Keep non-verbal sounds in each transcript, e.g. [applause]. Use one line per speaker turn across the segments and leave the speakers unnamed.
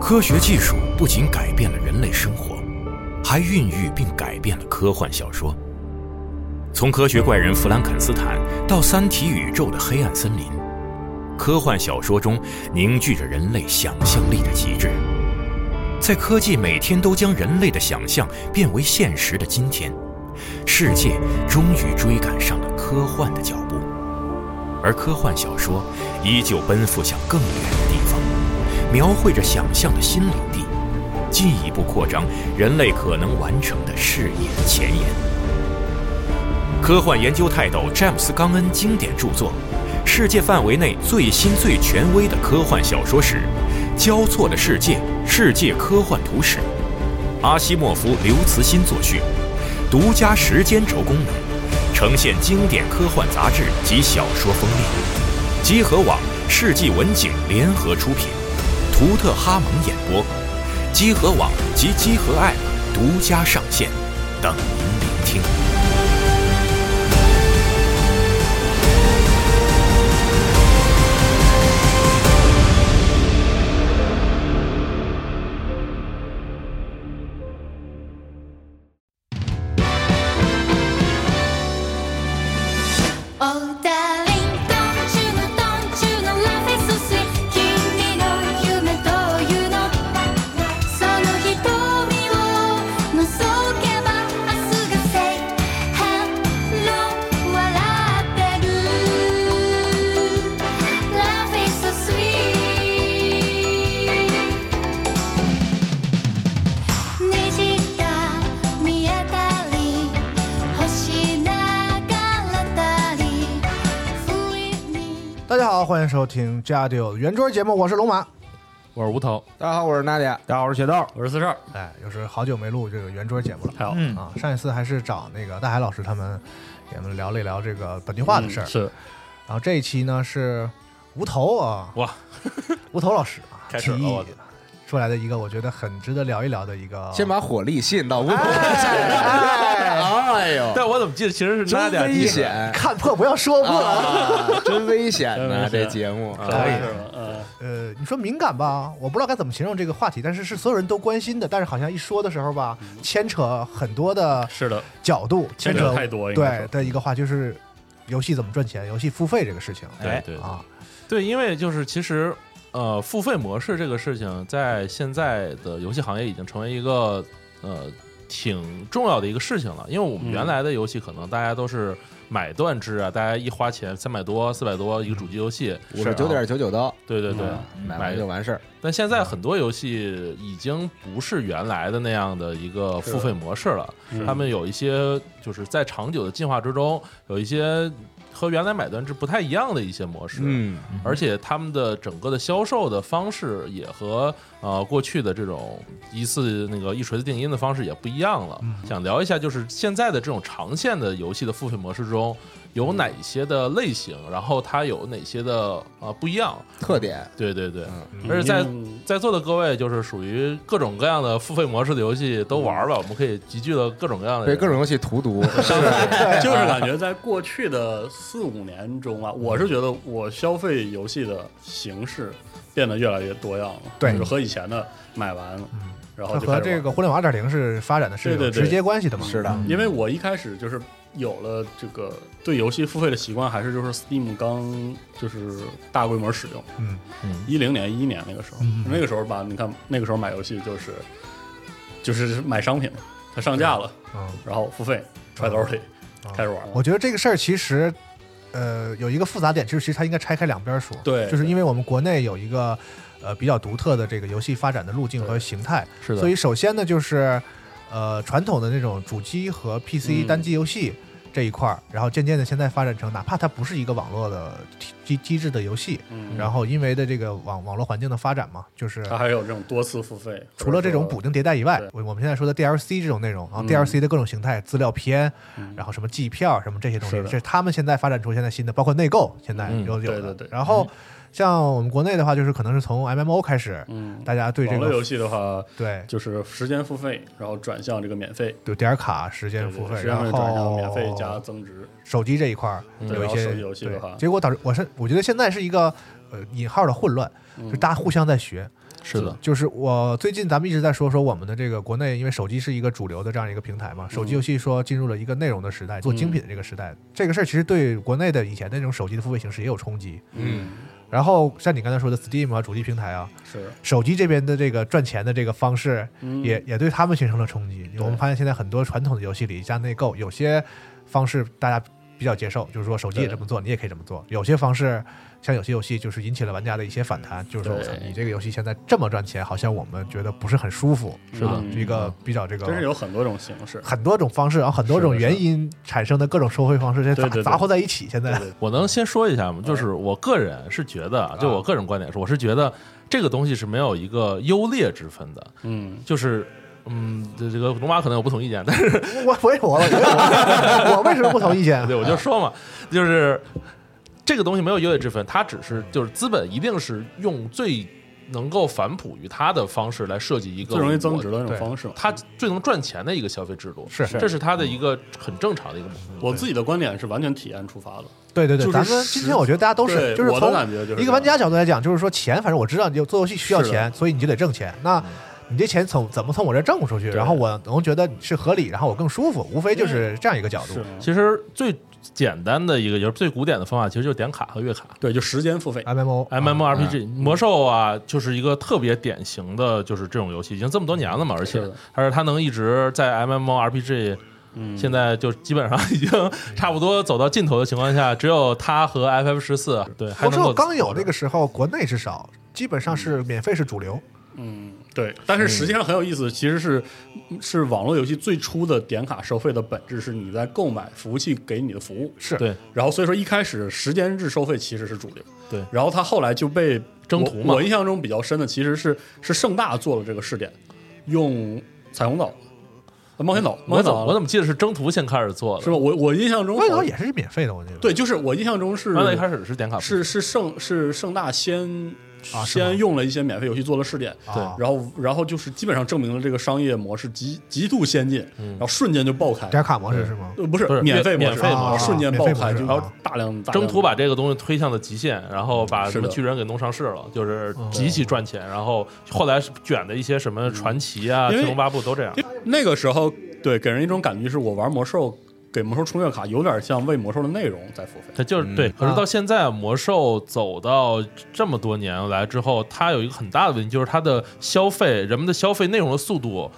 科学技术不仅改变了人类生活，还孕育并改变了科幻小说。从科学怪人弗兰肯斯坦到《三体》宇宙的黑暗森林，科幻小说中凝聚着人类想象力的极致。在科技每天都将人类的想象变为现实的今天，世界终于追赶上了科幻的脚步，而科幻小说依旧奔赴向更远的地方，描绘着想象的新领地，进一步扩张人类可能完成的事业的前沿。科幻研究泰斗詹姆斯·冈恩经典著作《世界范围内最新最权威的科幻小说史》《交错的世界：世界科幻图史》，阿西莫夫、刘慈欣作序，独家时间轴功能，呈现经典科幻杂志及小说封面。集合网、世纪文景联合出品，图特哈蒙演播，集合网及集合 App 独家上线，等您聆听。
「おだりんどんちゅうのどんちゅうのラフェススイ」「君の夢というの」「その瞳をのぞけば明日がせい」「ハロ笑ってる」「ラフェススイ」虹が見えたり星流ったり不意に
大家好，欢迎收听 Jadio 圆桌节目，我是龙马。
我是吴头，
大家好，我是娜姐。大家好，我是雪豆。
我是四十二，
哎，又是好久没录这个圆桌节目了
还有
嗯
啊！上一次还是找那个大海老师他们给我们聊了一聊这个本地化的事儿，
嗯是
然后这一期呢是无头啊，
哇，
[laughs] 无头老师啊
[laughs] 开
提
始了
议
我的
出来的一个我觉得很值得聊一聊的一个，
先把火力吸引到乌头身上。
啊哎
哎呦，
但我怎么记得其实是
真
那点
危
提醒，
险
[laughs] 看破不要说破啊。
啊！ [laughs] 真危险呐，
真危险
这节目
可
啊
以是吧？嗯，
呃，你说敏感吧，我不知道该怎么形容这个话题，但是是所有人都关心的，但是好像一说的时候吧，牵扯很多的
是
嗯
的，
角度，牵
牵
扯
扯太多应该
对
说
的一个话就是游戏怎么赚钱，游戏付费这个事情，
对对
啊，
对，因为就是其实呃，付费模式这个事情在现在的游戏行业已经成为一个呃挺重要的一个事情了，因为我们原来的游戏可能大家都是买断制啊，大家一花钱三百多、四百多一个主机游戏，
五十九点九九刀，
对对对。
买完就完事儿。
嗯但现在很多游戏已经不是原来的那样的一个付费模式了，他们有一些就是在长久的进化之中，有一些和原来买断制不太一样的一些模式。
嗯，
而且他们的整个的销售的方式也和呃过去的这种一次那个一锤子定音的方式也不一样了。想聊一下，就是现在的这种长线的游戏的付费模式中有哪些的类型，然后它有哪些的呃不一样？
特点
对对对，
嗯
而且在
嗯
[laughs] 在座的各位就是属于各种各样的付费模式的游戏都玩
嗯
吧，我们可以集聚了各种各样的
被
人
各种游戏荼毒。
就是感觉在过去的四五年中
[laughs]
啊，我是觉得我消费游戏的形式变得越来越多样了，
对
就是和以前的买完，
嗯
然后
它
就开
和
始
这
玩
个互联网二点零是发展的是
对
有
对对
直接关系的嘛，
是的，
因为我一开始就是有了这个对游戏付费的习惯，还是就是 Steam 刚就是大规模使用，
嗯
嗯
一零年一一年那个时候，
嗯
那个时候吧，你看那个时候买游戏就是就是买商品，它上架了，
嗯，
然后付费揣兜里
嗯
开始玩，
我觉得这个事儿其实。呃，有一个复杂点，就是其实它应该拆开两边说，
对
就是因为我们国内有一个呃比较独特的这个游戏发展的路径和形态，
是的，
所以首先呢，就是呃传统的那种主机和 PC
嗯
单机游戏这一块儿，然后渐渐的现在发展成，哪怕它不是一个网络的机机机制的游戏，
嗯，啊
然后因为的这个网网络环境的发展嘛，就是
它还有这种多次付费，
除了这种
或者
补
说
丁迭代以外
对，
我我们现在说的 DLC 这种内容啊、
嗯
d l c 的各种形态、资料片，
嗯
然后什么季票什么这些东西，
是
这
的
是他们现在发展出现在新的，包括内购现在
嗯
有有的。
对对嗯对
然后像我们国内的话，就是可能是从 MMO 开始，
嗯，
大家对这
网络游
个
戏的话，
对
就是时间付费，然后转向这个免费，
有点卡时间
对
付
对
费，
时间
然
付费转向
后
免费加增值，
手机这一块儿有一
然后
些
手机游戏的
对
话嗯
结果导致我是我觉得现在是一个呃引号的混乱，就大家互相在学。
是的，
就是我最近咱们一直在说说我们的这个国内，因为手机是一个主流的这样一个平台嘛，手机游戏说进入了一个内容的时代，做精品的这个时代，这个事儿其实对国内的以前的那种手机的付费形式也有冲击。
嗯，
然后像你刚才说的 Steam 啊，主机平台啊，
是，
手机这边的这个赚钱的这个方式
嗯
也，也对他们形成了冲击。我们发现现在很多传统的游戏里加内购，有些方式大家比较接受，就是说手机也
对
这么做，你也可以这么做；有些方式，像有些游戏就是引起了玩家的一些反弹，就是说
对
我操你这个游戏现在这么赚钱，好像我们觉得不是很舒服，
是的
啊
嗯
这个比较这个
真是有很多种形式，
很多种方式，然后很多种
是的是的
原因产生的各种收费方式，这
对
杂
对对
杂合在一起，现在
对对
我能先说一下吗？就是
嗯
我个人是觉得啊，就我个人观点是，我是觉得这个东西是没有一个优劣之分的，
嗯，
就是。嗯，这这个龙马可能有不同意见， [laughs]
[laughs]
但是
我 [laughs] 我我我 [laughs] 我为什么不同意见啊
对？我就说嘛，就是这个东西没有优劣之分，它只是就是资本一定是用最能够反哺于它的方式来设计一个
最容易增
我
值的那
对
种方式嘛。
它最能赚钱的一个消费制度，
是
这是它的一个很正常的一个模式。
我自己的观点是完全体验出发的，
对对对，
就是
咱们
实
今天我觉得大家都是，
对
就是
我的
从
感觉就是
一个玩家角度来讲，就是说钱，反正我知道你就做游戏需要
是的嗯
钱，所以你就得挣钱。那你这钱从怎么从我这挣出去，然后我能觉得是合理，然后我更舒服，无非就是这样一个角度
嗯是。
其实最简单的一个，也是最古典的方法，其实就是点卡和月卡。
啊
对，就时间付费，
啊
M M O 啊
M M R P
嗯
G 魔兽啊，就是一个特别典型的，就是这种游戏，已经这么多年了嘛，而且
是的
而且它能一直在 M M O R P G，
嗯，
现在就基本上已经 [laughs] 差不多走到尽头的情况下，只有它和 F F 十四对还
魔
能够
兽刚有那个时候，国内是少，基本上是免费是主流。
嗯，对，但是实际上很有意思，其实是是网络游戏最初的点卡收费的本质是你在购买服务器给你的服务，
是
对
然后所以说一开始时间制收费其实是主流，
对
然后它后来就被
征
我
途嘛
我印象中比较深的其实是是盛大做了这个试点，用彩虹岛、呃冒险岛、冒
我
险
怎
岛
么我怎么记得是征途先开始做的，
是吧？我我印象中
外头
好
也是免费的，我记得。
对，就是我印象中是
刚才一开始是点卡
是是盛是盛大先、
啊是吗
先用了一些免费游戏做了试点，
啊，
对
然后然后就是基本上证明了这个商业模式极极度先进，然后瞬间就爆开，
点卡模式是吗？
呃不是
嗯不是
免费
免
模式，
免费啊
然后
模式
瞬间爆开，
免费模式啊
就然后大量大量嗯
征途把这个东西推向了极限，然后把
是
什么
的哦
巨人给弄上市了，就是极其赚钱。然后后来是卷的一些什么传奇啊、
嗯因为
天龙八部都这样。
因为那个时候对给人一种感觉是我玩魔兽给魔兽充月卡，有点像为魔兽的内容在付费，
它就是
嗯
对，
啊
可是到现在啊魔兽走到这么多年来之后，它有一个很大的问题，就是它的消费，人们的消费内容的速度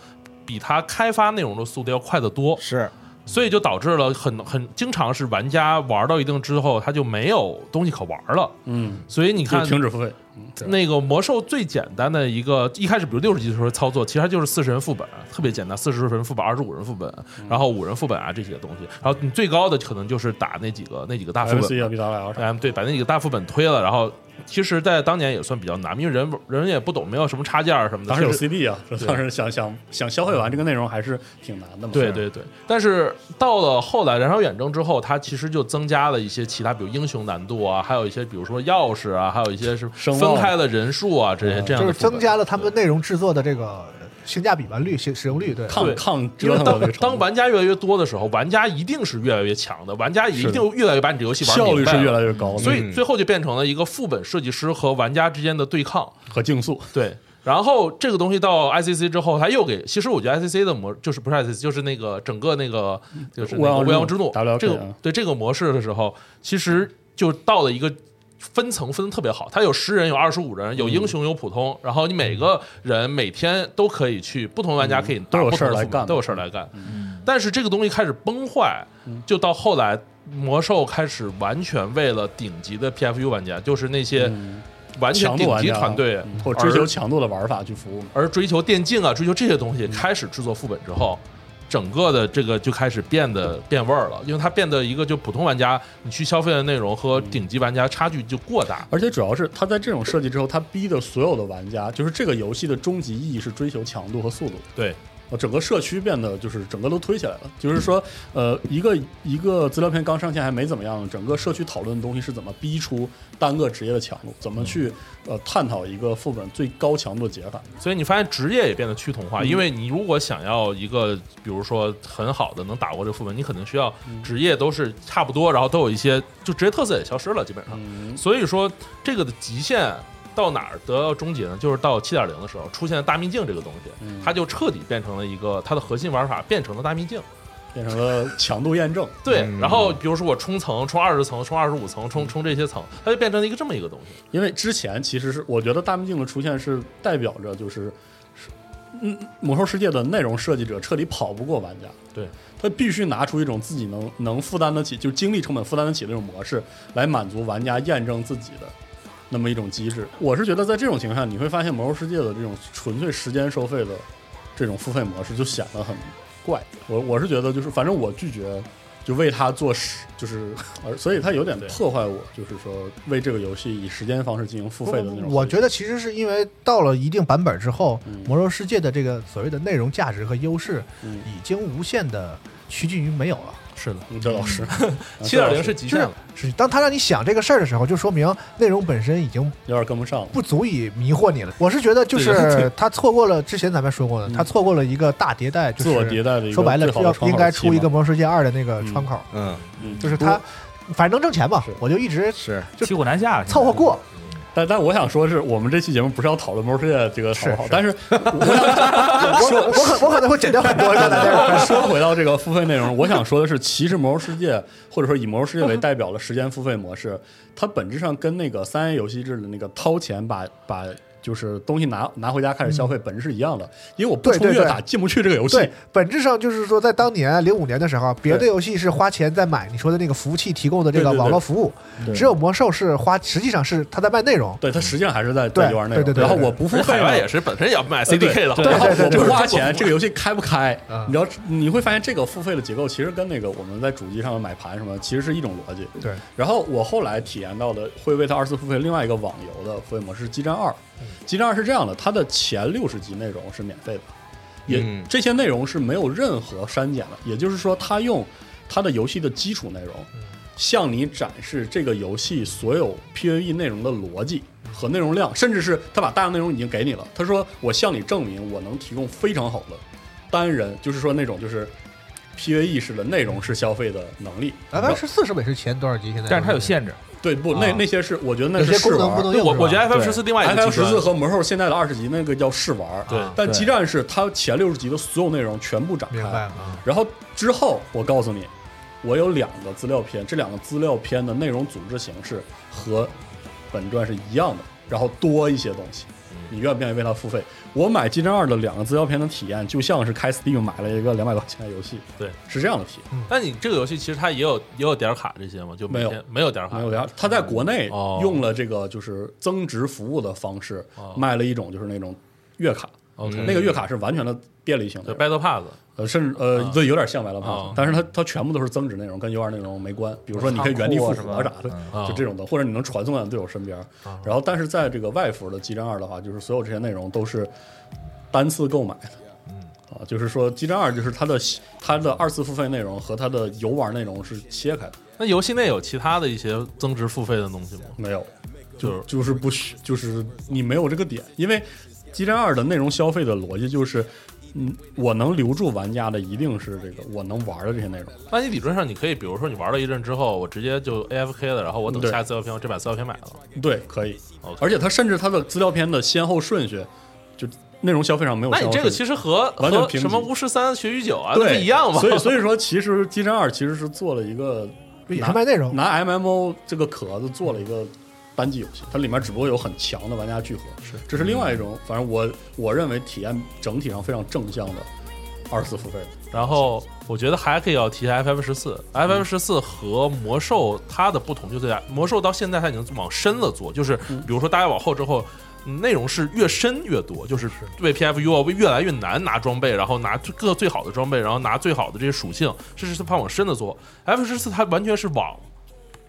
比它开发内容的速度要快得多，
是
所以就导致了很很经常是玩家玩到一定之后，他就没有东西可玩了。
嗯，
所以你
就
看，
停止付费，嗯
那个魔兽最简单的一个，一开始比如六十级的时候操作，其实它就是四十人副本，特别简单，四十人副本、二十五人副本，
嗯
然后五人副本啊这些东西。然后你最高的可能就是打那几个那几个大副
MC
本，
要比咱俩要少，
嗯，对，把那几个大副本推了。然后其实，在当年也算比较难，因为人人也不懂，没有什么插件儿什么的。
当时有
确实
CD 啊，说当时想想想消费完这个内容还是挺难的嘛，
对对对，但是到了后来《燃烧远征》之后，它其实就增加了一些其他，比如英雄难度啊，还有一些比如说钥匙啊，还有一些是
声望
分开了人数啊，这些这样
就是
的副本。
增加了他们内容制作的这个性价比吧率、使使用率。对，
对
抗抗
因
折
为
腾到
当
这个程度
当玩家越来越多的时候，玩家一定是越来越强的，玩家也一定越来越把你这游戏玩
效率
明白
是越
了
来越高的，
所以
嗯
最后就变成了一个副本设计师和玩家之间的对抗。
和竞速
对，然后这个东西到 ICC 之后，他又给，其实我觉得 ICC 的模就是不是 ICC，就是那个整个那个就是那个
乌
乌
泱
泱之怒
之怒
这
WLK
个
啊
对这个模式的时候，其实就到了一个。分层分得特别好，它有十人，有二十五人，
嗯
有英雄，有普通，然后你每个人每天都可以去，不同玩家可以打
嗯都有
不同的
事儿来
副本
干
都有事儿来干。但是这个东西开始崩坏，
嗯
就到后来魔兽开始完全为了顶级的 PFU 玩家，就是那些完全
嗯强度
顶
玩
级
家
团队
嗯或者追
而
求嗯强度的玩法去服务，
而追求电竞啊，追求这些东西，开始制作副本之后，整个的这个就开始变得
嗯
变味儿了，因为它变得一个就普通玩家你去消费的内容
嗯
和顶级玩家差距就过大。
而且主要是它在这种设计之后，它逼的所有的玩家，就是这个游戏的终极意义是追求强度和速度。
对，
呃整个社区变得就是整个都推起来了，就是说，呃，一个一个资料片刚上线还没怎么样，整个社区讨论的东西是怎么逼出单个职业的强度，怎么去呃探讨一个副本最高强度的解法。
所以你发现职业也变得趋同
嗯
化，因为你如果想要一个，比如说很好的能打过这副本，你可能需要
嗯
职业都是
嗯
嗯差不多，然后都有一些就职业特色也消失了，基本上。所以说这个的极限到哪儿得到终结呢？就是到七点零的时候出现了大秘境这个东西，
嗯
它就彻底变成了一个它的核心玩法变成了大秘境。
嗯
变成了强度验证。
对，
嗯
然后比如说我冲层，冲二十层，冲二十五层，
嗯
冲冲这些层，它就变成了一个这么一个东西。
因为之前其实是我觉得大秘境的出现是代表着就是是嗯魔兽世界的内容设计者彻底跑不过玩家，
对
他必须拿出一种自己能能负担得起，就精力成本负担得起的那种模式来满足玩家验证自己的。那么一种机制，我是觉得在这种情况下，你会发现《魔兽世界》的这种纯粹时间收费的这种付费模式就显得很怪。我我是觉得就是，反正我拒绝就为它做时，就是，而所以它有点破坏我，就是说为这个游戏以时间方式进行付费的那种。
我觉
得，
得其实是因为到了一定版本之后，魔兽世界》的这个所谓的内容价值和优势
嗯
已经无限的趋近于没有了。
是的，
这老师
七点零是极
啊就
限
是
了。
是，当他让你想这个事儿的时候，就说明内容本身已经
有点跟不上了。
不足以迷惑你了。我是觉得，就
对对
是他错过了之前咱们说过的，他错过了一个大迭代，就是
嗯自我迭代的一个
说白了
最好的
要
窗口
应该
期
出一个《
嘛，
魔兽世界二》的那个窗口，
嗯，
嗯
就是他反正能挣钱吧
是，
我就一直
是
就
骑虎难下，
[laughs] 凑合
[laughs]
过。
但但我想说是我们这期节目不是要讨论《魔兽世界》这个好不好，但是
我我我可我可能会剪掉很多刚才
[laughs]
那个。
说回到这个付费内容，我想说的是，其实《魔兽世界》或者说以《魔兽世界》为代表的时间付费模式，它本质上跟那个三 A 游戏制的那个掏钱把把就是东西拿拿回家开始消费，本质是一样的。因为我不
嗯对
充
对
月
对
打进不去这个游戏
对，，本质上就是说，在当年零五年的时候，别的游戏是花钱在买你说的那个服务器提供的这个
对对对
网络服务，只有魔兽是花，实际上是他在卖内容。
对它实际上还是在在
对
游玩内
对对
容。
对
然后
对
我不付
人
费
海
呢
外也是本身也要卖
呃对
CDK 的，好
对，
吧
然后我
对
[laughs]
不
对
花钱，这个游戏开不开
嗯？
你知道，你会发现这个付费的结构其实跟那个我们在主机上买盘什么，其实是一种逻辑。
对，
然后我后来体验到的会为它二次付费另外一个网游的付费模式是《激战二》，《激战二》是这样的，它的前六十集内容是免费的，也、
嗯
这些内容是没有任何删减的，也就是说，它用它的游戏的基础内容，向你展示这个游戏所有 PVE 内容的逻辑和内容量，甚至是他把大量内容已经给你了。他说：“我向你证明我能提供非常好的单人，就是说那种就是 PVE 式的内容式消费的能力。
百分之哎四是每是前多少集？现在
但是它有，限制，
对不？那那些是我觉得那
有
是
些
试
功能
玩
不能
儿。
对
用。
我
是吧
我觉得 F 十四另外一
F
个
十
极
四
端，
和魔兽现在的二十集那个叫试玩儿，
对
但
对
激战是它前六十集的所有内容全部展开，
明白啊，
然后之后，我告诉你，我有两个资料片，这两个资料片的内容组织形式和本传是一样的，然后多一些东西。
嗯
你愿不愿意为它付费？我买《激战二》的两个资料片的体验，就像是开 Steam 买了一个两百块钱的游戏，
对，
是这样的体验。
但你这个游戏其实它也有也有点卡这些嘛，就每
没有
天没有点卡，
没有呀，他在国内
嗯哦
用了这个就是增值服务的方式，
哦
卖了一种就是那种月卡，
OK
那个月卡是完全的便利性
对
的，
Battle Pass，
呃，甚至呃，对，有点像白了胖
啊
子，但是它它全部都是增值内容，跟游玩内容没关。比如说，你可以原地复活啥的
嗯，
就这种的，或者你能传送到你队友身边。
啊
然后，但是在这个外服的激战二的话，就是所有这些内容都是单次购买的。
嗯
啊，就是说，激战二就是它的它的二次付费内容和它的游玩内容是切开的，
那游戏内有其他的一些增值付费的东西吗？
没有，
就是
就是不需，就是你没有这个点，因为激战二的内容消费的逻辑就是，嗯，我能留住玩家的一定是这个我能玩的这些内容。
那你理论上你可以，比如说你玩了一阵之后，我直接就 AFK 了，然后我等
对
下资料片，我这把资料片买了。
对，可以
OK。
而且它甚至它的资料片的先后顺序，就内容消费上没有
那
先
你
后顺序。
这个其实和
完全
和
平
什么
级
巫师三、血与酒啊，那不
对
一样嘛。
所以所以说，其实《激战二》其实是做了一个
也
拿
是卖内容。
拿 MMO 这个壳子做了一个单机游戏，它里面只不过有很强的玩家聚合，是这是另外一种，反正我我认为体验整体上非常正向的二次付费。
然后我觉得还可以要提一下 FF 十四，FF 十四和魔兽它的不同就在魔兽到现在它已经往深了做，就是比如说大家往后之后。嗯内容是越深越多，就是对 PFU 啊越来越难拿装备，然后拿最各最好的装备，然后拿最好的这些属性，这是它往深的做。F 十四它完全是往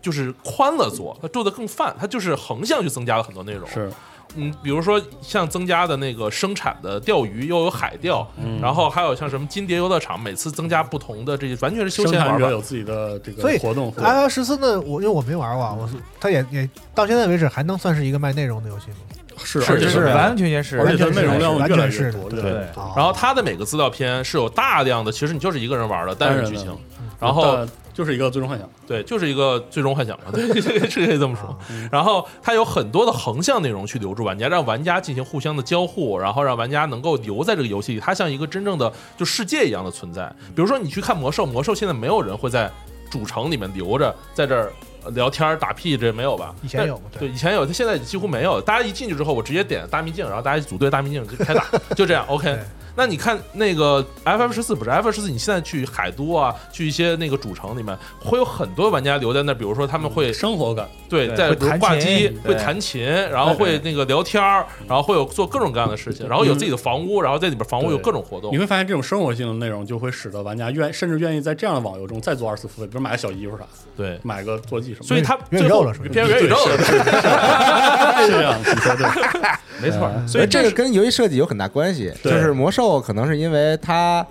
就是宽了做，它做的更泛，它就是横向去增加了很多内容。
是，
嗯，比如说像增加的那个生产的钓鱼，又有海钓，
嗯
然后还有像什么金蝶游乐场，每次增加不同的这些，完全是休
生
闲
产
玩
者
法。
有自己的这
所
个
以
活动，
F F 十四呢，我因为我没玩过啊，我是它也也到现在为止还能算是一个卖内容的游戏吗？
是
是
而且
是
是
完全是，
而且它
完全是
内容量
完
越
全
来越
是
多，
对
越来越多
哦
然后它的每个资料片是有大量的，其实你就是一个人玩的单人剧情
单人，
然后
但就是一个最终幻想。
对，就是一个最终幻想嘛， [laughs] 对，这个是可以这么
啊
说。
嗯
然后它有很多的横向内容去留住玩家，让玩家进行互相的交互，然后让玩家能够留在这个游戏里。它像一个真正的就世界一样的存在。
嗯
比如说你去看魔兽，魔兽现在没有人会在主城里面留着，在这儿。呃聊天儿打屁这没有吧？
以前有
但
对
对，以前有，它现在几乎没有。大家一进去之后，我直接点大秘境，然后大家组队大秘境就
[laughs]
开打，就这样。OK，那你看那个 FF 十四不是 FF 十四，你现在去海都啊，去一些那个主城里面，会有很多玩家留在那儿，比如说他们会
生活感，
对
对
在
嗯会
比如
弹
挂
琴
机，会
对
弹琴，然后会那个聊天儿，然后会有做各种各样的事情，然后有自己的房屋，然后在里边房屋有
对
各种活动
你。会发现这种生活性的内容就会使得玩家愿甚至愿意在这样的网游中再做二次付费，比如买个小衣服啥，
对，
买个坐骑什么的。
所以它
元
最
宇宙
后
了属于
变成元宇宙了，
嗯是这样，你说对，
[laughs] 没错儿。所
所
以
以呃这
这
个
是
跟游戏设计有很大关系。就
对
是魔兽可能是因为它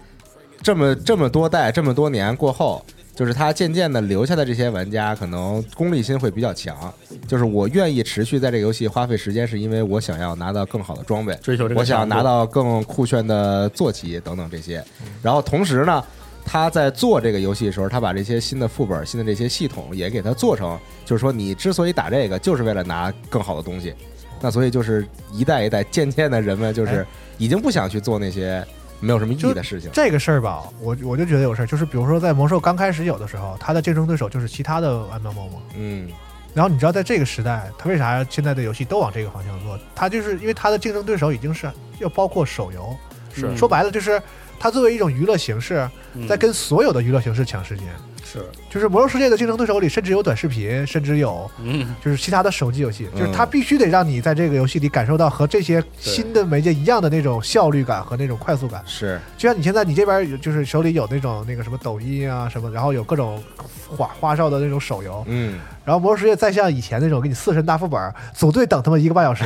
这么这么多代这么多年过后，就是它渐渐的留下的这些玩家，可能功利心会比较强。就是我愿意持续在这个游戏花费时间，是因为我想要拿到更好的装备，
追求这个
我想
强度嗯
拿到更酷炫的坐骑等等这些。然后同时呢。他在做这个游戏的时候，他把这些新的副本、新的这些系统也给它做成，就是说你之所以打这个，就是为了拿更好的东西。那所以就是一代一代，渐渐的人们
哎
就是已经不想去做那些没有什么意义的事情。
这个事儿吧，我我就觉得有事儿，就是比如说在魔兽刚开始有的时候，它的竞争对手就是其他的 MMO 嘛。
嗯，
然后你知道，在这个时代，它为啥现在的游戏都往这个方向做？它就是因为它的竞争对手已经是要包括手游，
是嗯
说白了就是它作为一种娱乐形式，在跟所有的娱乐形式抢时间。
是
就是魔兽世界的竞争对手里，甚至有短视频，甚至有
嗯
就是其他的手机游戏，
嗯
就是它必须得让你在这个游戏里感受到和这些新的媒介一样的那种效率感和那种快速感。
是
就像你现在你这边有就是手里有那种那个什么抖音啊什么，然后有各种花花哨的那种手游，
嗯，
然后魔兽世界再像以前那种给你四神大副本儿组队等他妈一个半
[laughs]
小时，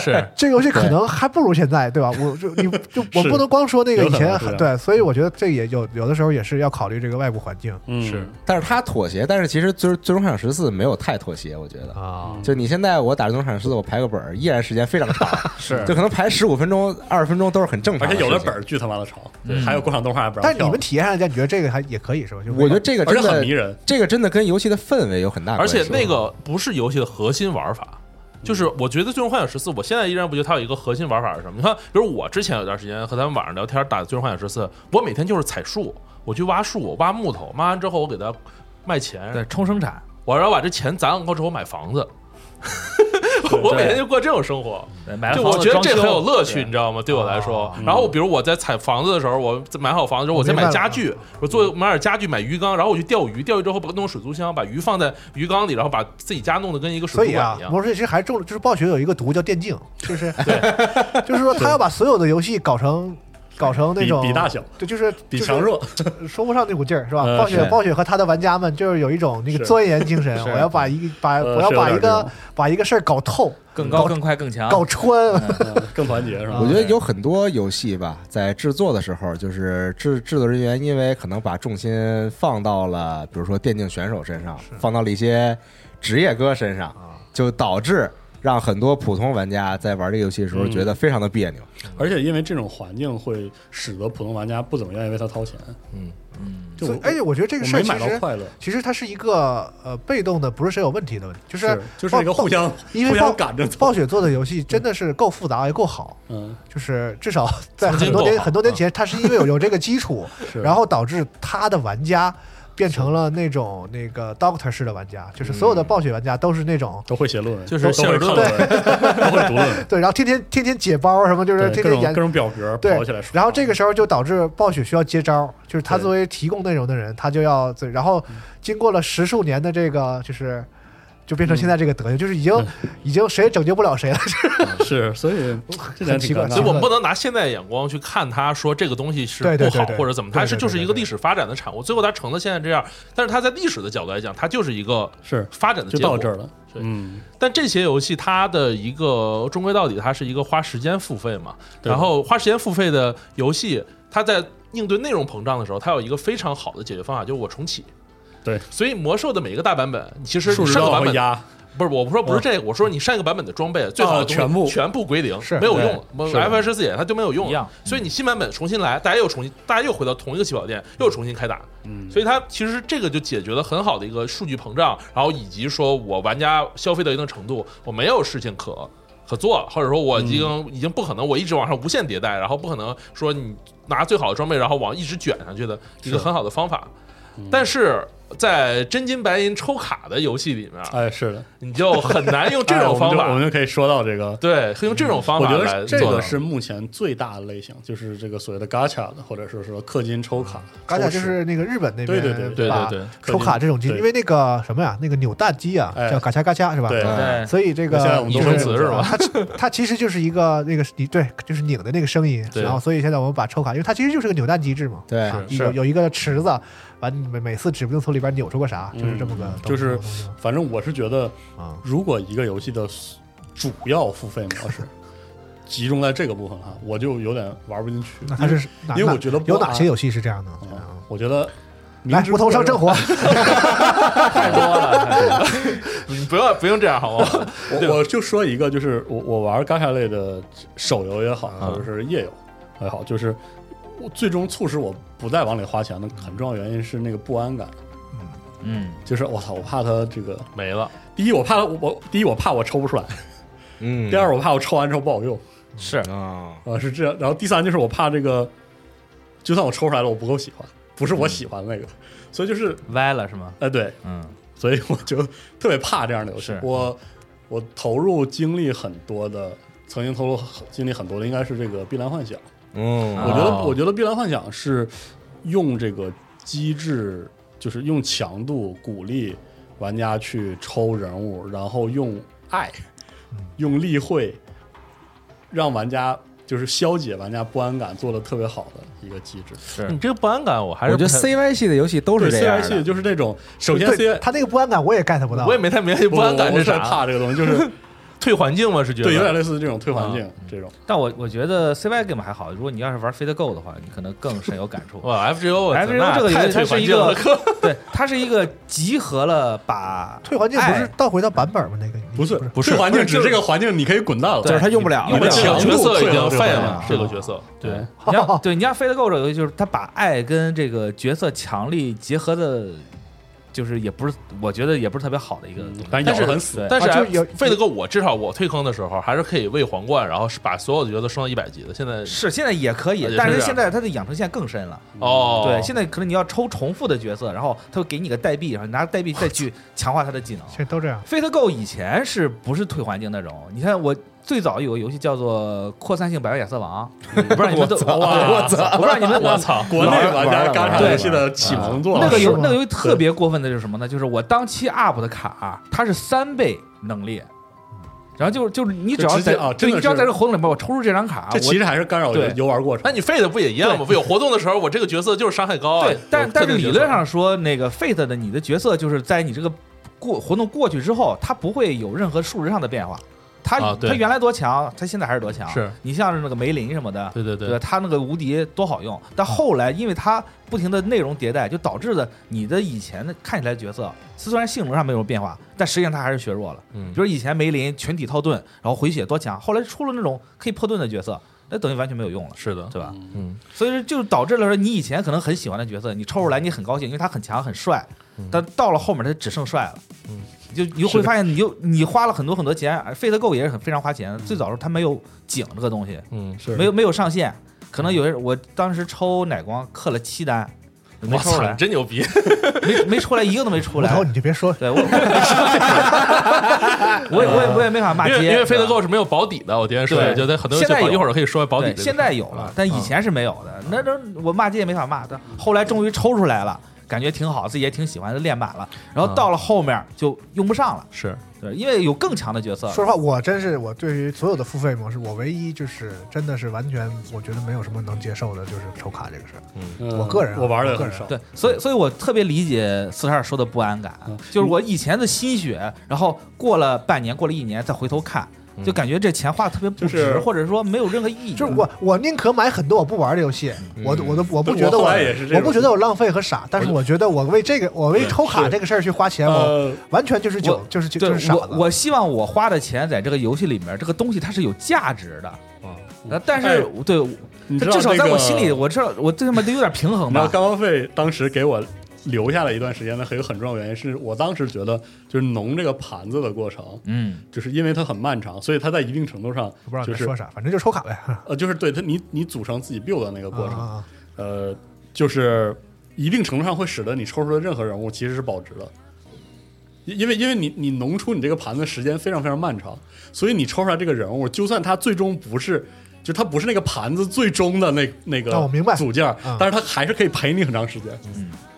是
[laughs] 这个游戏可能还不如现在，对吧？我就你就
[laughs]
我
是
不能光说那个以
有
前
可能是这
对，所以我觉得这也有有的时候也是要考虑这个外部环境
嗯
是
但是他妥协，但是其实最最终幻想十四没有太妥协，我觉得。
啊
就你现在我打最终幻想十四，我排个本儿，依然时间非
[laughs]
常长，
是
就可能排十五分钟、二十分钟都是很正常
而
的。
且有的本，儿巨他妈的长，还有过场动画还不让
但是
跳
你们体验上讲，你觉得这个还也可以是吧？就
我觉得这个
而
真
且很迷
的，
人，
这个真的跟游戏的氛围有很大啊
而
关系。
且那个不是游戏的核心玩法。就是我觉得《最终幻想十四》，我现在依然不觉得它有一个核心玩法是什么。你看，比如我之前有段时间和他们晚上聊天打《最终幻想十四》，我每天就是采树，我去挖树，我挖木头，挖完之后我给它卖
对
钱，
冲生产，
我然后把这钱攒够之后我买房子。 [laughs] 我每天就过这种生活，
对买了
就
房
我
子
觉得这
装修
很有乐趣，
对
你知道吗？对我来说
啊，
然后比如我在采房子的时候，我买好房子之后，我再
明白
买
了
家具，我做买点家具，买鱼缸，然后我去钓鱼，钓鱼之后把弄水族箱，把鱼放在鱼缸里，然后把自己家弄得跟一个
所
水族
以啊
馆一，样。
魔兽世界其实还中了，就是暴雪有一个毒叫电竞，就是
[laughs]
就是说他要把所有的游戏搞成搞成那
比
种
比大小，
对，就是
比
就是
强弱，
说不上那股劲儿，是吧？
呃
暴雪
是
暴雪和他的玩家们就是有一种那个
是
钻研精神，我要把一个把
呃
我要
是有
把
点
一
这
个
种
把一个事儿搞透、
更高、
搞
更快、更强，
搞穿。
嗯 [laughs] 更团结是吧？
我觉得有很多游戏吧，在制作的时候，就是制制作人员因为可能把重心放到了，比如说电竞选手身上，放到了一些职业哥身上，
啊
就导致让很多普通玩家在玩这个游戏的时候
嗯
觉得非常的别扭。
而且因为这种环境会使得普通玩家不怎么愿意为他掏钱，
嗯
嗯，就
所以哎
我
而且我觉得这个
我
事儿
没
其
买到
实
快乐，
其实它是一个呃被动的，不是谁有问题的问题，就是
是就是
暴
一个互相
因为
互
暴
相赶着走，
暴雪做的游戏真的是够复杂也够好，
嗯，
就是至
[laughs]
少在很
曾经
多
够
年
好
很多
嗯
年前，它是因为有有这个基础，
[laughs] 是
然后导致他的玩家变成了那种那个 Doctor 式的玩家，就是所
嗯
有的暴雪玩家都是那种。
都会写论文，
就是
都
写
都会看
论文
论文，都会读论文，
对，然后天天天天解包什么， [laughs] 就是
对
天
各
天
种
研
各种表格
对
跑起来说，
然后这个时候就导致暴雪需要接招，就是他
对嗯
作为提供内容的人，他就要对，然后经过了十数年的这个，就是就变成
嗯
现在这个德行，就是已经、已经谁也拯救不了谁 [laughs] 了，
[laughs]
是，所以这
很
点
奇
挺
怪
尴
所以
尬
我
的。
们不能拿现在眼光去看他说这个东西是
对对
不
对
好
对
或者怎么，
对对
它是就是一个
对对
历史发展的产物。最后它成了现在这样，但是它在历史的角度来讲，它就是一个
是
发展的
就
结果
到这儿了，
对
嗯，
但这些游戏它的一个终归到底，它是一个花时间付费嘛，
对
然后花时间付费的游戏，它在应对内容膨胀的时候，它有一个非常好的解决方法，就是我重启。
对，
所以魔兽的每一个大版本，其实
数值
上个
到
版
会
本
压，
不是，我不说不是这个，我说你上一个版本的装备最好的东西
嗯哦全部
全部归零，
是
没有
对
用了。
是
F 十四也它就没有用
一样
了，所以你新版本重新来，大家又重新，大家又回到同一个起跑点，又重新开打。
嗯
所以它其实这个就解决了很好的一个数据膨胀，然后以及说我玩家消费到一定程度，我没有事情可可做了，或者说我已经、
嗯
已经不可能我一直往上无限迭代，然后不可能说你拿最好的装备然后往一直卷上去的一个很好的方法。但是在真金白银抽卡的游戏里面，啊
哎，是的，
你就很难用这
哎
种方
我们就我
法，
们就可以说到这个。
对，用这种方
我
法
觉
来
得这
做
个
到。
是目前最大的类型，就是这个所谓的 gacha 的，或者是说氪金抽卡。
刚才
抽
嗯就
石
是那个日本那边
对对对
对
把
对对
抽卡这种机，
对
因为那个什么呀，那个扭蛋机啊，
哎
叫嘎嚓嘎嚓是吧？[laughs]
对
对
所以这个
哎现在我们
都
就是
拟声词是吧
[laughs] 它它其实就是一个那个你对，就是拧的那个声音。
对
然后，所以现在我们把抽卡，因为它其实就是个扭蛋机制嘛。
对
啊
是
有有一个池子，完你每每次指不定从里边扭出个啥，就是这么个东西。
嗯就是
东西
反正我是觉得，
啊，
如果一个游戏的主要付费模式集中在这个部分哈，我就有点玩不进去。
那它是哪
因为
哪
我觉得
有
不
哪
安
些游戏是这样的？
啊，我觉得明
来，
知
无头
故
上
问
正
[laughs]
火，
太多了，太多了 [laughs] 你不要不用这样好
[laughs]
吗？对吧
我我就说一个，就是我我玩嘎 a 类的手游也好，
嗯
或者是页游也好，就是我最终促使我不再往里花钱的很重要原因是那个不安感，
嗯，
就是我操，我怕它这个，
没了，
第一我怕我我第一我怕我抽不出来，
嗯，
第二我怕我抽完之后不好用
是
啊，
啊、是这样，然后第三就是我怕这个，就算我抽出来了，我不够喜欢，不是我喜欢的那个，所以就是
嗯歪了是吗？
哎、对，
嗯，
[laughs] 所以我就特别怕这样的游戏
是。
我我投入精力很多的，曾经投入很精力很多的应该是这个《碧蓝幻想》
嗯，
啊
我觉得，
哦
我觉得《碧蓝幻想》是用这个机制，就是用强度鼓励玩家去抽人物，然后用爱、用例会，让玩家就是消解玩家不安感，做的特别好的一个机制。
你这个不安感，我还
我
是
觉得
不太
CY 系的游戏都是
对
这样
CI
的
系就是这种，首先
对
CI
它那个不安感我也 get [laughs] 不到。
我也没太明白不安感
我
这
我特别
啥，
怕这个东西，就是
退环境吗？是觉得
对，有点类似这种退环境
啊。
这种。
但我我觉得 CY game 还好，如果你要是玩 Fate Go 的话，你可能更深有感触
[laughs]
哇，FGO 我操
FGO
那
这个游
太
戏它
退
是
环
一
境
个
了，，
对，它是一个集合了把
退环境不是
爱
倒回到版本吗？那个
哎不是
不是
这环境，
不是
只是这个环境你可以滚蛋了，
就是他用不了
用
了
不了
我
这
这
样
个
[laughs] 强
角
度
色已
退到这个
经废
环境
了，这个角色对，
你
[laughs]
像对你像 Fate Go 这个游戏，就是它把爱跟这个角色强力结合的，就是也不是我觉得也不是特别好的一个
嗯
东西。
反哎正咬得很死
对。
但是
啊就有
F- 费德够我至少我退坑的时候还是可以喂皇冠，然后是把所有的角色升到一百级的。现在
是现在也可以
啊也，是
但
这
是
样
现在它的养成线更深了。
哦，
对，现在可能你要抽重复的角色，然后他会给你个代币，然后你拿代币再去强化他的技能。
其实都这样。
Fate Go 以前是不是退环境那种？你看我最早有个游戏叫做《扩散性百万亚
[laughs]
瑟王》，我不知道你们都
哇
我我不知道你们
我操， [laughs] 国内玩家干啥游戏的启蒙作
那个
是
游
吗
那个游戏特别过分的就是什么呢？就是我当期 UP 的卡，它是三倍能力，然后就是就是你只要
就直接
在
啊真
对，
的
你只要
是
在这个活动里面我抽出这张卡，
这其实还是干扰游
对
游玩过程
那。你费的不也一样吗？有活动的时候，我这个角色就是伤害高
我
啊。
对，但
有特
但是
定
理
角色
论上说，那个 Fate 的你的角色就是在你这个过活动过去之后，它不会有任何数值上的变化。它、
哦
啊对
它原来多强，它现在还是多强。
是
你像是那个梅林什么的，
对对嗯
对吧？他那个无敌多好用，但后来因为他不停的内容迭代，就导致的你的以前的看起来角色虽然性能上没有变化，但实际上他还是削弱了。
嗯
比如以前梅林全体套盾，然后回血多强，后来出了那种可以破盾的角色，那等于完全没有用了，
是的，
对吧？
嗯，
所以说就导致了说你以前可能很喜欢的角色，你抽出来你很高兴，因为他很强很帅，但到了后面他只剩帅了。
嗯
你就你就会发现，你就你花了很多很多钱，Fate Go 也是很非常花钱的。最早的时候他没有井这个东西，
嗯，
是
没有没有上限，可能有人我当时抽奶光刻了七单，没
我
抽出
操，
来
你，真牛逼！
没没出来一个都没出
无
来。
头，你就别说了，
对我，我也我也我也没法骂
因
街，
为因为飞得
对吧
够是没有保底的，我今天说
对
就得很多
现在
游戏
有
一会儿可以说保底
对
这个。
现在有
嗯
了，但以前是没有的。那那我骂街也没法骂，但后来终于抽出来了，感觉挺好，自己也挺喜欢，就练满了。然后
嗯
到了后面就用不上了，
是
对，因为有更强的角色。
说实话，我真是我对于所有的付费模式，我唯一就是真的是完全，我觉得没有什么能接受的，就是抽卡这个事儿。
嗯
我个人啊
我玩的
我个
很
人
少，
对，所
嗯
以所以我特别理解四十二说的不安感，就是我以前的心血，然后过了半年，过了一年再回头看，就感觉这钱花得特别不
就
值，
是
或者说没有任何意义。
嗯
嗯
就是我，我宁可买很多我不玩的游戏，我都我都我不
对
觉得
我
我
后来也嗯是这
我
种
不觉得我浪费和傻，但是我觉得我为这个我为抽卡
是
这个事儿去花钱，我
呃
完全就是就
我
就是就
对
就是傻
我
子。
我希望我花的钱在这个游戏里面，这个东西它是有价值的。
嗯
呃但是、对，
哎你知
但
道
至少
那
在我
个
心里，我至少我最起码得有点平衡
你知道
吧。
干报废当时给我留下了一段时间的很有很重要原因，是我当时觉得就是农这个盘子的过程，
嗯，
就是因为它很漫长，所以它在一定程度上
不知道你
就
在
是
说啥，反正就是抽卡呗。
呃，就是对它你你组成自己 build 的那个过
啊
程，
啊
呃，就是一定程度上会使得你抽出的任何人物其实是保值的。因因为因为你你农出你这个盘子时间非常非常漫长，所以你抽出来这个人物，就算他最终不是，就他不是那个盘子最终的那那个
啊我明白
组件，
嗯
但是他还是可以陪你很长时间。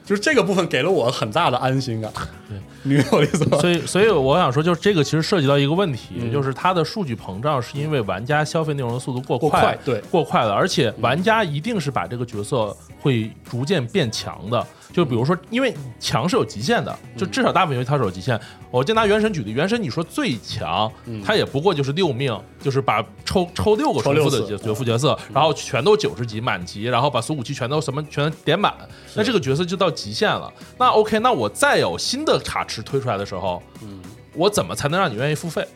就是这个部分给了我很大的安心感。
对，
你明白我的意思吗？
[laughs] 所以，所以我想说，就是这个其实涉及到一个问题，
嗯
就是它的数据膨胀是因为玩家消费内容的速度过
过快对嗯
过快了，而且玩家一定是把这个角色会逐渐变强的。就比如
嗯
说，因为强是有极限的，就至少大部分游戏它是有极限。我就拿原神举例，原神你说最强，
嗯
它也不过就是六命，就是把抽抽六个
抽
重
六
复
次嗯
的角角副角色，然后全都九十级满级，然后把所有武器全都什么全都点满，那这个角色就到极限了。那 OK，那我再有新的卡池推出来的时候，
嗯
我怎么才能让你愿意付费？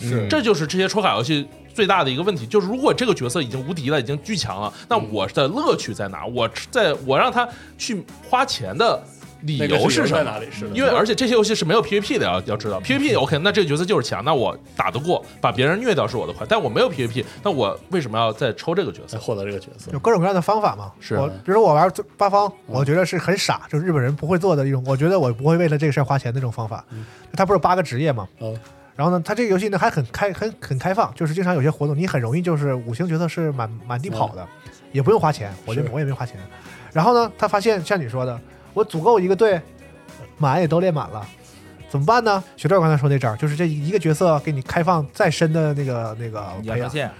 是
这就是这些抽卡游戏最大的一个问题，就是如果这个角色已经无敌了，已经巨强了，
嗯
那我的乐趣在哪？我在我让他去花钱的理
那个
由是
是
什
在
么？
哪里？是的，
因为 [laughs] 而且这些游戏是没有 PVP 的，要要知道 PVP OK，那这个角色就是强，那我打得过，把别人虐掉是我的快，但我没有 PVP，那我为什么要再抽这个角
才
[laughs]
色？
获得这个角色
有。各种各样的方法嘛。
是
我，比如说我玩八方，
嗯
我觉得是很傻，就是日本人不会做的一种，我觉得我不会为了这个事儿花钱的那种方法。它不是有八个职业嘛？
嗯
然后呢，它这个游戏呢还很开很很开放，就是经常有些活动，你很容易就是五星角色是满满地跑的，也不用花钱，我就是我也没花钱。然后呢，他发现像你说的，我组够一个队，满也都练满了。怎么办呢？学豆刚才说那招，就是这一个角色给你开放再深的那个那个
你要
培
发
养，
现，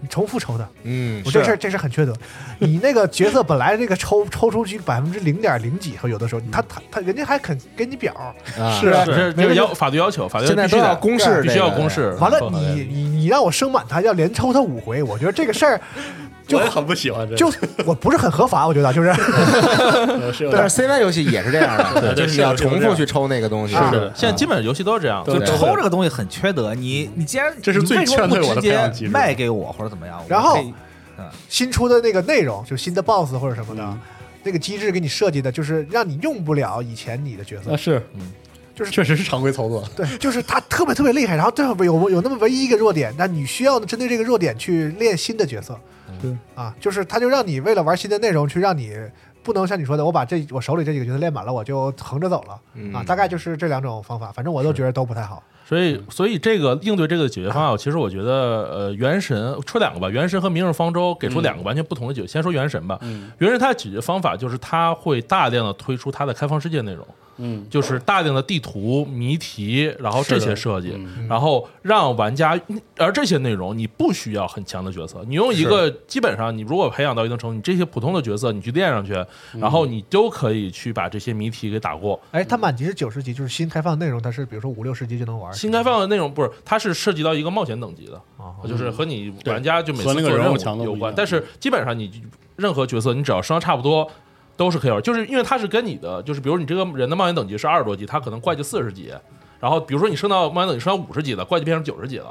你重复抽的，
嗯
我这
是
事儿这事儿很缺德。你那个角色本来这个抽抽出去百分之零点零几，有的时候他他他人家还肯给你表，
啊
是啊
这
没
这
事
个要
就
法律要求，法律
现在
必须
都要
得
公示这个，
必须要公示。嗯
完了
合法啊的
你你你让我升满他要连抽他五回，我觉得这个事儿就
我也很不喜欢这个，
就我不是很合法，我觉得就是
呃是有点
但是 C Y 游戏也是这样
[laughs]
的，
对
就是
是
要
有这种
重复去抽那个东西。
是
对现在基本上游戏都是这样，
对
就
对
抽这个东西很缺德。你
嗯
你既然
这是最
你为什么
劝退
不
我的
直
培养
接
机制
卖给我或者怎么样，
然后
我可以
新出的那个内容，就新的 BOSS 或者什么的
嗯，
那个机制给你设计的，就是让你用不了以前你的角色
啊，是，
就是
确实是常规操作，
[laughs] 对，就是他特别特别厉害，然后对有有那么唯一一个弱点，那你需要针对这个弱点去练新的角色，
对
啊，就是他就让你为了玩新的内容去让你。不能像你说的，我把这我手里这几个角色练满了，我就横着走了、啊！大概就是这两种方法，反正我都觉得都不太好。
所以，
嗯
所以这个应对这个解决方案，其实我觉得，呃，原神说两个吧，原神和明日方舟给出两个完全不同的解决。先说原神吧，
嗯
原神它的解决方法就是它会大量的推出它的开放世界内容，
嗯，
就是大量的地图、谜题，然后这
是
些
的嗯
设计，然后让玩家，而这些内容你不需要很强的角色，你用一个基本上你如果培养到一定程度，你这些普通的角色你去练上去，
嗯
然后你都可以去把这些谜题给打过。
哎，它满级是九十级，就是新开放内容，它是比如说五六十级就能玩。啊
新开放的内容不是，它是涉及到一个冒险等级的，
哦
就是和你玩家就每次
嗯和那个
做
人
任
物强度
务有
不一
关
样。嗯
但是基本上你任何角色，你只要升到差不多。都是可以玩，就是因为它是跟你的，就是比如你这个人的冒险等级是二十多级，他可能怪就四十级，然后比如说你升到冒险等级升到五十级了，怪就变成九十级了，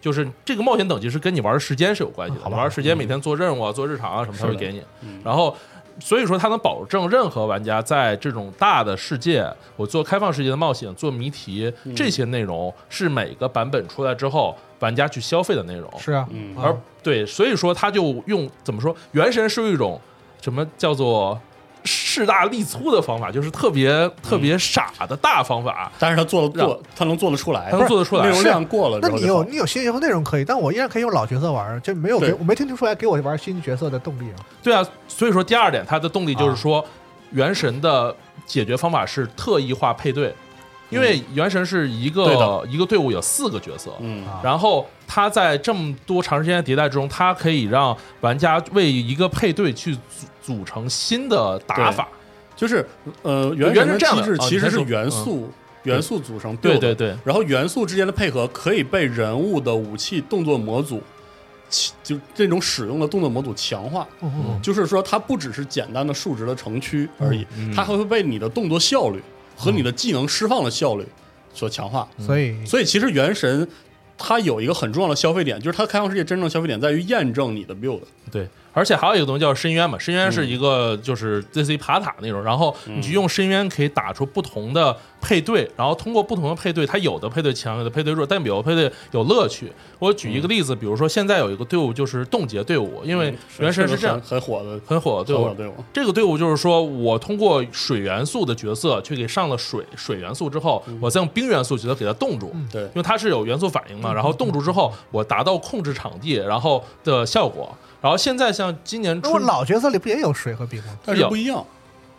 就是这个冒险等级是跟你玩的时间是有关系的，玩的
嗯
时间每天做任务啊、做日常啊什么，他会给你，然后所以说它能保证任何玩家在这种大的世界，我做开放世界的冒险、做谜题
嗯
这些内容，是每个版本出来之后玩家去消费的内容。
是啊，
嗯
啊
而对，所以说他就用怎么说，《原神》是一种什么叫做势大力粗的方法，就是特别特别傻的大方法。
但是他做的做
让，
他能做得出来，
他能做得出来
内容量过了
那
之后
你
就
有
好，
你有新角色内容可以，但我依然可以用老角色玩儿，这没有给
对
我没听出来给我玩新角色的动力啊。
对啊，所以说第二点，它的动力就是
啊
说，原神的解决方法是特异化配对，因为原神是一
嗯对
个
的
一个队伍有四个角色，
嗯
啊
然后它在这么多长时间的迭代之中，它可以让玩家为一个配对去组组成新的打法。
就是呃，
原
原
神
神
这样
机
的
制
哦
其
你先
实是
说
元素元素组成 build，
对对对
然后元素之间的配合可以被人物的武器动作模组，其就这种使用的动作模组强化。
嗯
就是说，它不只是简单的数值的乘区而已，
嗯
它还会被你的动作效率和你的技能释放的效率所强化。
嗯
所以
所以，其实《原神》它有一个很重要的消费点，就是它开放世界真正的消费点在于验证你的 build。
对，而且还有一个东西叫深渊嘛，深渊是一个就是 DC 爬塔那种，然后你去用深渊可以打出不同的配对，然后通过不同的配对，它有的配对强，有的配对弱，但有的配对有乐趣。我举一个例子，比如说现在有一个队伍就是冻结队伍，因为原嗯神是这样
很很火的，
很火的队
很火
伍
的，队伍。
这个队伍就是说我通过水元素的角色去给上了水水元素之后，我再用冰元素角色给它冻住，
对
因为它是有元素反应嘛。然后冻住之后，我达到控制场地然后的效果。然后现在像今年
那我
春
老角色里不也有水和冰吗？
但是不一样，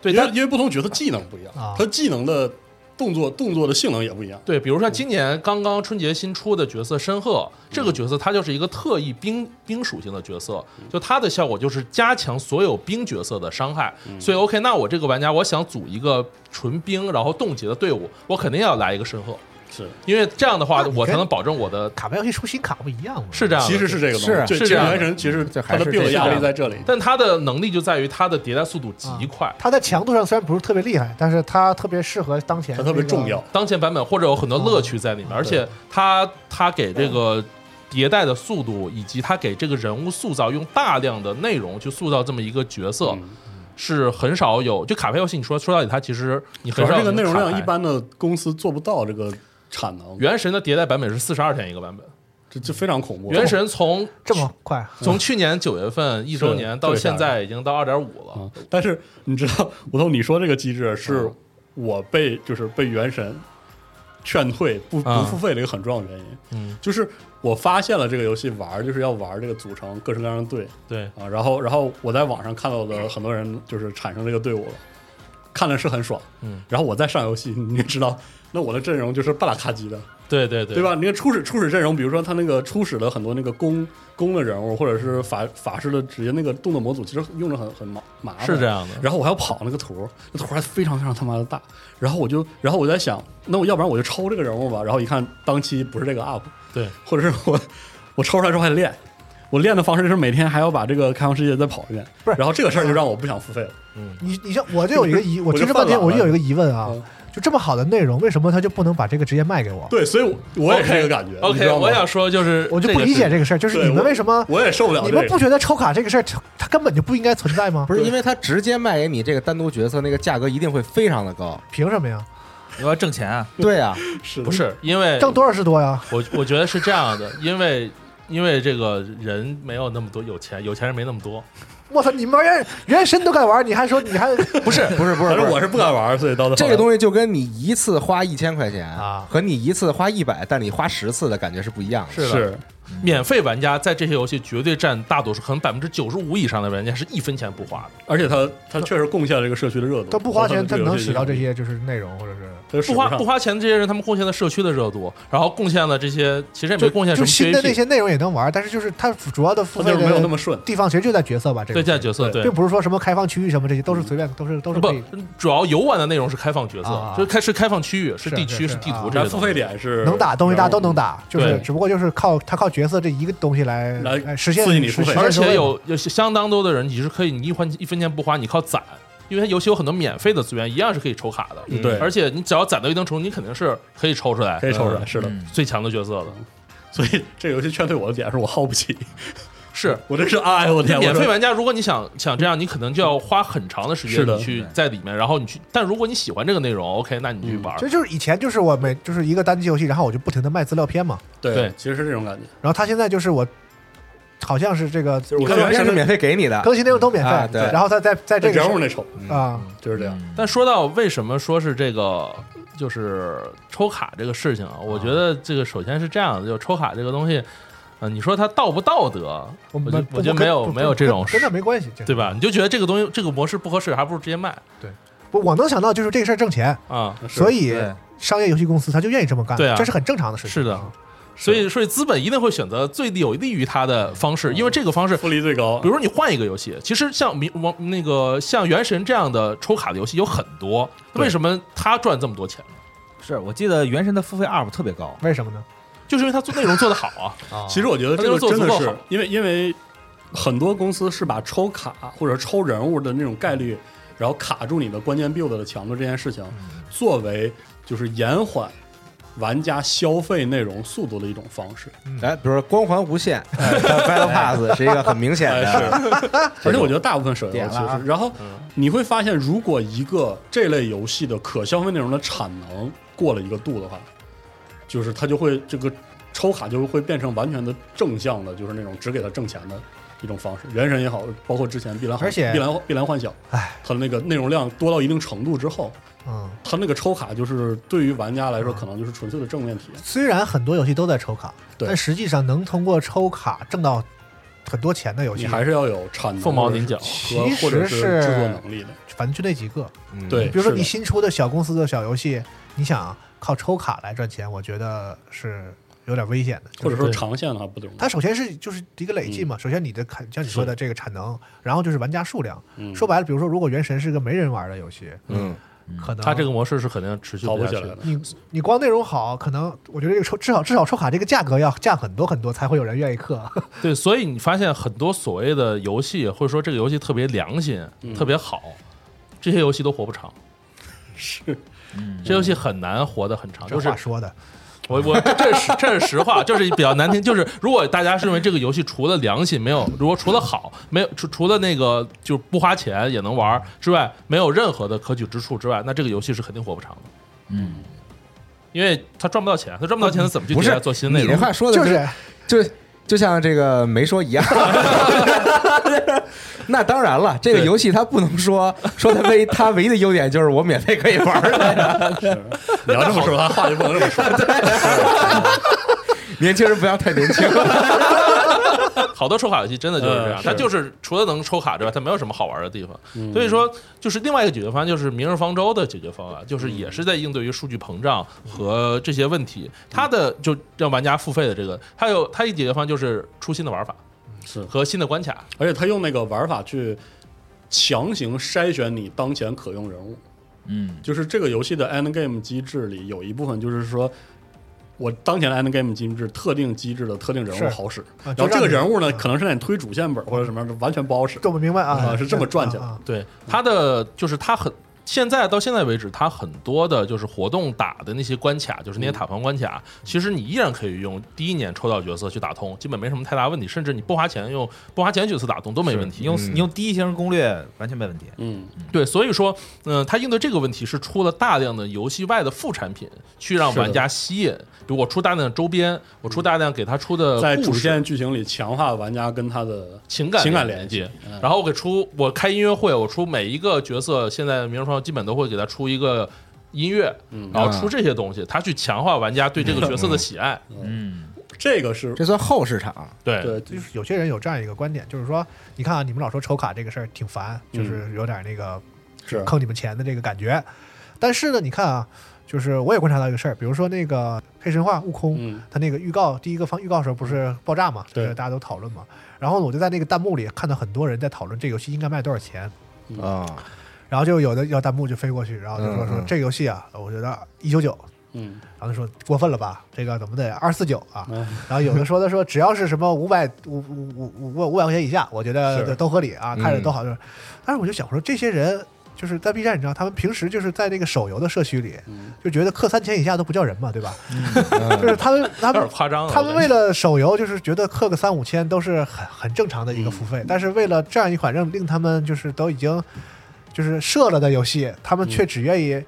对
因为
它
因为不同角色技能不一样
啊，
它技能的动作动作的性能也不一样。
对，比如说今年刚刚春节新出的角色申鹤，这个角色他就是一个特异冰冰属性的角色，就他的效果就是加强所有冰角色的伤害。所以 OK，那我这个玩家我想组一个纯冰然后冻结的队伍，我肯定要来一个申鹤，
是，
因为这样的话
那你
我才
跟
能保证我的
卡牌游戏出新卡不一样吗？
是这样的，
其实是这个东西，
是
就是
这样的
原神其实
这还
它的
是
build
这样
压
的
力在这里。
但他的能力就在于他的迭代速度极快。
啊
它在强度上虽然不是特别厉害，但是它特别适合当前、
它特别重要，，
当前版本或者有很多乐趣在里面，而且它它给这个迭代的速度，以及它给这个人物塑造用大量的内容去塑造这么一个角色，
嗯
是很少有。就卡牌游戏，你说说到底，它其实你
主要
很少
这
有
个内容
卡牌
量一。般的公司做不到这个产能，
原神的迭代版本是四十二天一个版本，
这这非常恐怖。
原神从
这么快，
从去年九月份一周年到
特别吓
现
人
在已经到二点五了，
啊，但是你知道，吴头，你说这个机制是
嗯
我被就是被原神劝退不不
嗯
付费的一个很重要的原因，
嗯，
就是我发现了这个游戏玩儿就是要玩儿这个组成各式各样的队
对，
啊，然后然后我在网上看到的很多人就是产生这个队伍了，看了是很爽，
嗯，
然后我再上游戏，你也知道，那我的阵容就是半拉咔叽的，
对对对
对？吧？你看初始初始阵容，比如说他那个初始的很多那个弓弓的人物，或者是法法师的职业那个动作模组，其实用着很很麻麻烦。
是这样的
然后我还要跑那个图，那图还非常非常他妈的大。然后我就，然后我在想，那我要不然我就抽这个人物吧。然后一看当期不是这个 up，
对，
或者是我我抽出来之后还得练。我练的方式就是每天还要把这个开放世界再跑一遍，
不是
然后这个事儿就让我不想付费了。
你你像我就有一个疑，我
就
听这半天
犯懒
我
了
就有一个疑问啊
嗯，
就这么好的内容，为什么他就不能把这个直接卖给我？
对，所以我我也是这个感觉。你知
OK，
道吗
我想说就是
我就不
个
理
是
解这个事儿，就是
对
你们
我
为什么
我也受不了、这
你
个。
们不觉得抽卡这个事儿它它根本就不应该存在吗？
不是因为它直接卖给你这个单独角色，那个价格一定会非常的高。
凭什么呀？
我要挣钱啊！
对啊，
是的
不是因为
挣多少是多呀？
我我觉得是这样的，因为因为这个人没有那么多有钱，有钱人没那么多。
我操，你们玩人人参都敢玩，你还说你还不是
不是不是，
反正我
是
是不敢玩儿，所以到
这个
西
东西就跟你一次花一千块钱
啊
和你一次花一百，但你花十次的感觉是不一样的。
是的，
嗯
免费玩家在这些游戏绝对占大多数，可能百分之九十五以上的玩家是一分钱不花的，
而且它它确实贡献了这个社区的热度。
他不
[laughs]
花钱，他
它
能使到这，些就是内容或者是
它使
不花
上
不花钱的这些人，他们贡献了社区的热度，然后贡献了这些，其实也没贡献
就
什么
新的那
PVP，
些内容也能玩，但是就是它主要的付
它
费
就是
的
没有那么顺。
地方其实就在角色吧，这
对
个
这角色对
并。不是说什么开放区域什么这些都是随便都是都是
不
可以，
主要游玩的内容是开放角色，
啊啊
就是开是开放区域，是
是
地区，
是
是地
啊
图这
然
些
后付
东西。
费点是
能打东西大家都能
打，
打，就是
对
只不过就是靠他靠角色这一个东西来
来
哎实现
刺激你付费
实现
而
收费
且
嘛
有有相当多的人，你是可以你一分一分钱不花，你靠攒，因为它游戏有很多免费的资源，一样是可以抽卡的。
嗯对，
而且你只要攒到一定程度，你肯定是可以抽出来，
可以抽出来，是的。
嗯
最强的角色的。
所以这个游戏劝退我的点是我耗不起，
是
我真是哎呦我天，
免费
我
玩家，如果你想想这样，你可能就要花很长的时
是
间
的
你去在里面，然后你去。但如果你喜欢这个内容，OK，那你去
嗯
玩
其。实就是以前就是我每就是一个单机游戏，然后我就不停的卖资料片嘛，
这
对
对，其实是这种感觉。
然后他现在就是我好像是这个
你看
我看
原神
原
是
神
免费给你的，
更新内容都免
啊
费，
对
然后他在在这个
人物
时
嗯那抽
候啊，
就是这样，
但说到为什么说是这个就是抽卡这个事情啊，我觉得这个首先是这样的，就抽卡这个东西，呃，你说它道不道德，
我
我
们
觉得我觉得没有
跟
没有这种
跟跟这
事
没关系，这
对吧？你就觉得这个东西这个模式不合适，还不如直接卖
不我能想到就是这个事儿挣钱，
啊。
是
所以
对
商业游戏公司他就愿意这么干，
对啊
这是很正常的事情。
是的
啊
所以，所以资本一定会选择最有利于它的方式，因为这个方式
复利最高
比。如说你换一个游戏，其实像明王那个像原神这样的抽卡的游戏有很多，那为什么它赚这么多钱呢？
是我记得《原神》的付费 UP 特别高，
为什么呢？
就是因为它做内容做得好啊，
其实我觉得这
他那
个
个做
真的
足够
是
好
因为因为很多公司是把抽卡或者抽人物的那种概率，然后卡住你的关键 build 的强度这件事情，
嗯
作为就是延缓玩家消费内容速度的一种方式。
哎，比如说《光环无限》，Battle 呃 Pass 是一个很明显
哎，
的，
是，而且我觉得大部分手游游
点
戏
了啊
是，然后
嗯
你会发现，如果一个这类游戏的可消费内容的产能过了一个度的话，就是它就会这个抽卡就会变成完全的正向的，就是那种只给它挣钱的。一种方式，原神也好，包括之前碧蓝幻，
而且
碧蓝碧蓝幻想，
唉，
它的那个内容量多到一定程度之后，
嗯，
它那个抽卡就是对于玩家来说，可能就是纯粹的正面体验。
虽然很多游戏都在抽卡，
对
但实际上能通过抽卡挣到很多钱的游
你
戏，
还是要有产能，
凤毛麟角
和
嗯其
或者
实
是
是
制作能力的。
反正就那几个。
嗯
对
比如说
是的
你新出的小公司的小游戏，你想啊靠抽卡来赚钱，我觉得是有点危险的。
或者说
对
长线的话不容易。
它首先是就是一个累
嗯
计嘛，首先你的看像你说的这个产能，然后就是玩家数量。
嗯
说白了，比如说如果《原神》是个没人玩的游戏，
嗯，
可能
它这个模式是肯定持续
跑不
下
起
去
来了。
你你光内容好，可能我觉得这个抽至少至少抽卡这个价格要降很多很多，才会有人愿意氪。
对，所以你发现很多所谓的游戏，或者说这个游戏特别良心、特别好，这些游戏都活不长。是，这游戏很难活得很长。
这
就是
话说的，
我我这这是这是实话，就是比较难听。就是如果大家是认为这个游戏除了良心没有，如果除了好没有除除了那个就不花钱也能玩儿之外，没有任何的可取之处之外，那这个游戏是肯定活不长的。
嗯，
因为他赚不到钱，他赚不到钱，他怎么去
不
接
是
着做新内
你这
容？
话说的
就是
就就像这个没说一样。 [laughs] 那当然了，这个
对
游戏它不能说说它唯它唯一的优点就是我免费可以玩儿的。
[laughs]
你要这么说，他话就不能这么说。
年轻人不要太年
[laughs]
轻，
好多抽卡游戏真的就是这样
呃
嗯，是
它就是除了能抽卡之外，它没有什么好玩的地方。
嗯
所以说，就是另外一个解决方案，就是《明日方舟》的解决方案，就是也是在应对于数据膨胀和这些问题。它的就让玩家付费的这个，它有它一解决方案就是出新的玩法
是，
和新的关卡。
而且他用那个玩法去强行筛选你当前可用人物。
嗯，
就是这个游戏的 end game 机制里有一部分就是说。我当前的 end game 机制特定机制的特定人
是
物好使，
啊
然后
就让
这个人物呢，
你嗯
可能是在你推主线本或者什么样的，完全不好使。
这我明白啊，
啊是这么赚起来
啊啊
对它的就是它很。现在到现在为止，它很多的就是活动打的那些关卡，就是那些塔防关卡，其实你依然可以用第一年抽到角色去打通，基本没什么太大问题，甚至你不花钱用不花钱角色打通都没问题
你。用
嗯
你用第一形式攻略完全没问题。
嗯，
对，所以说，嗯、它应对这个问题是出了大量的游戏外的副产品，去让
是的
玩家吸引，比如我出大量的周边，我出大量给他出的
在
故
主
事
线剧情里强化玩家跟他的
情感
情感
连
联
接
系，嗯
然后我给出我开音乐会，我出每一个角色，现在名人方基本都会给他出一个音乐，
嗯
然后出这些东西，他去强化玩家对这个角色的喜爱。
嗯，
这个是
这算后市场。
对，
对，
就是有些人有这样一个观点，就是说，你看啊，你们老说抽卡这个事儿挺烦，就是有点那个
嗯是
坑你们钱的这个感觉。但是呢，你看啊，就是我也观察到一个事儿，比如说那个黑神话悟空，
嗯
他那个预告第一个放预告的时候不是爆炸嘛，
对
就是大家都讨论嘛。然后我就在那个弹幕里看到很多人在讨论这游戏应该卖多少钱，
啊、
然后就有的要弹幕就飞过去，然后就说
嗯
说
嗯
这个游戏啊，我觉得一九九。
嗯，
然后就说过分了吧，这个怎么得二四九啊？
嗯
然后有的说的说只要是什么五百五五五五五百块钱以下，我觉得
是
都合理啊，
嗯
看着都好。就是，但是我就想说，这些人就是在 B 站，你知道，他们平时就是在那个手游的社区里，就觉得氪三千以下都不叫人嘛，对吧？ [laughs] 就是他们他
有
们
点夸张了。啊
他们
我
为
感觉
了手游，就是觉得氪个三五千都是很很正常的一个付费，但是为了这样一款让令他们就是都已经就是射了的游戏，他们却只愿意、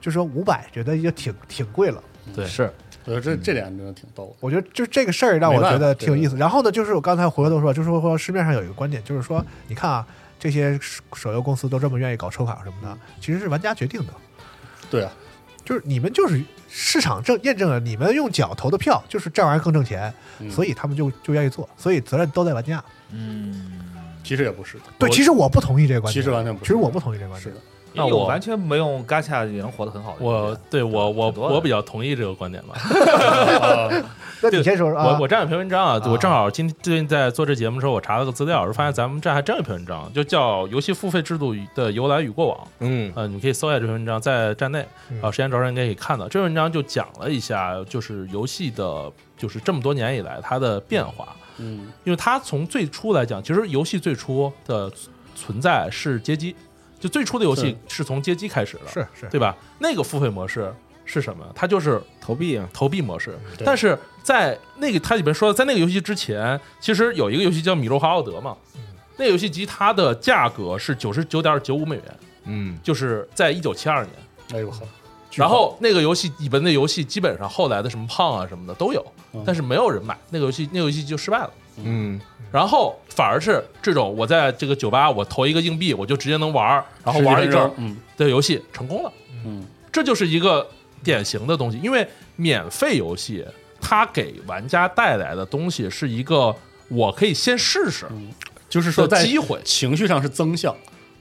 就说五百，觉得也挺挺贵了。
对
是
我觉得这这点真的挺逗的。
我觉得就这个事儿让我觉得挺有意思。然后呢，就是我刚才回头说，就是说市面上有一个观点，就是说，你看啊，这些手游公司都这么愿意搞抽卡什么的，其实是玩家决定的，
对啊，
就是你们就是市场证验证了你们用脚投的票，就是这玩意儿更挣钱，
嗯
所以他们就就愿意做，所以责任都在玩家。
嗯
其实也不是，
对，
我
其实我不同意这个观点，
其实完全不是
其实我不同意这个观
是
点
的。，
那
因为
我
完全没用嘎恰也能活得很好的。
我对我我
挺多的
我比较同意这个观点吧。
那你先说说啊
我我，这样有篇文章啊，我正好今最近在做这节目的时候，我查了个资料，我发现咱们这还真有一篇文章，就叫《游戏付费制度的由来与过往》。
嗯
呃，你可以搜一下这篇文章，在站内啊，时间轴上应该可以看到。这篇文章就讲了一下，就是游戏的，就是这么多年以来它的变化。
嗯，
因为它从最初来讲，其实游戏最初的存在是街机，就最初的游戏是从街机开始的，
是是
对吧？那个付费模式是什么？它就是
投币啊，
投币模式。
嗯
对
但是在那个它里边说的，在那个游戏之前，其实有一个游戏叫《米洛华奥德》嘛，
嗯
那个游戏机它的价格是九十九点九五美元，
嗯，
就是在一九七二年。
哎呦呵，
然后那个游戏里边的游戏，基本上后来的什么胖啊什么的都有，但是没有人买那个游戏，那个游戏就失败了。
嗯，
然后反而是这种，我在这个酒吧，我投一个硬币，我就直接能玩儿，然后玩一阵儿
十几分钟嗯
的游戏成功了。
嗯，
这就是一个典型的东西，因为免费游戏它给玩家带来的东西是一个我可以先试试
就是说
的
在
机会。
情绪上是增项，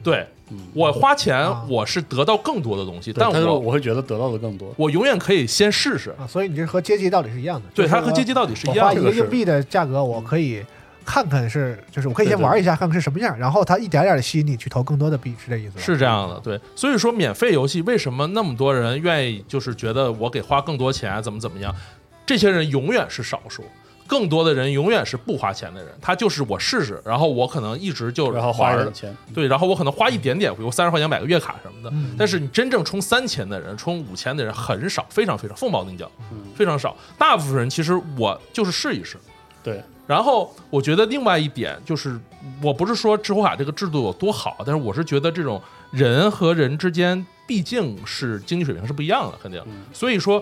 对我花钱，我是得到更多的东西，
对
但
但是
我
我会觉得得到的更多。
我永远可以先试试。
啊，所以你这和阶级道理是一样的。
对
就是
它
说
和街机到底是一
我花
样
一
的，
个硬币的价格，我可以看看是，就是我可以先玩一下，看看是什么样，然后它一点点的吸引你去投更多的币，是这意思吧？
是这样的，对。所以说，免费游戏为什么那么多人愿意，就是觉得我给花更多钱，怎么怎么样？这些人永远是少数，更多的人永远是不花钱的人。他就是我试试，然后我可能一直就
然后花一
玩
点钱，
对，然后我可能花一点点，比如三十块钱买个月卡什么的。但是你真正充三千的人，充五千的人很少，非常非常凤毛麟角，非常少。大部分人其实我就是试一试。
对，
然后我觉得另外一点就是，我不是说支付卡这个制度有多好，但是我是觉得这种人和人之间毕竟是经济水平是不一样的，肯定。所以说，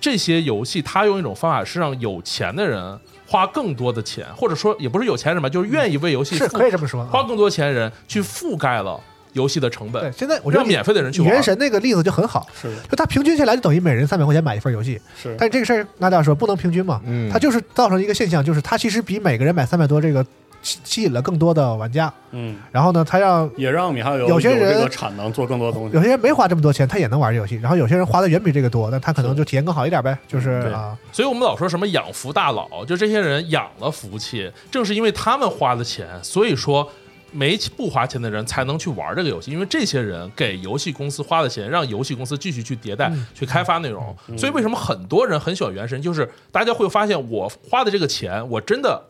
这些游戏它用一种方法是让有钱的人花更多的钱，或者说也不是有钱人吧，就是愿意为游戏
是
付
可以这么说啊。
花更多钱的人去覆盖了游戏的成
对，
本，
现在我觉得
让免费的人去
你
玩
原神那个例子就很好，
是的，
就它平均下来就等于每人三百块钱买一份游戏。
是
但这个事儿，那大家说不能平均嘛，
嗯
它就是造成一个现象，就是它其实比每个人买三百多这个吸吸引了更多的玩家。
嗯，
然后呢，它让
也让米哈游
有些人
这个产能做更多的东西
有。些人没花这么多钱，他也能玩这游戏，然后有些人花的远比这个多，但他可能就体验更好一点呗，就是
对
啊，
所以我们老说什么养福大佬，就这些人养了服务器，正是因为他们花了钱，所以说没不花钱的人才能去玩这个游戏，因为这些人给游戏公司花了钱，让游戏公司继续去迭
嗯
代、去开发内容。所以为什么很多人很喜欢原神，就是大家会发现我花的这个钱，我真的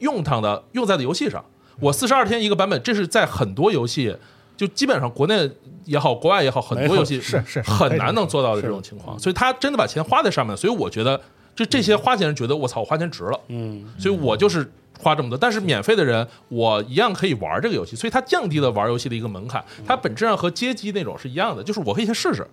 用它的用在了游戏上。我四十二天一个版本，这是在很多游戏，就基本上国内也好，国外也好，很多游戏
没有是是
很难能做到的这种情况。所以他真的把钱花在上面，所以我觉得就这些花钱人觉得我操，我花钱值了，
嗯，
所以我就是。花这么多，但是免费的人我一样可以玩这个游戏，所以它降低了玩游戏的一个门槛。它本质上和街机那种是一样的，就是我可以先试试，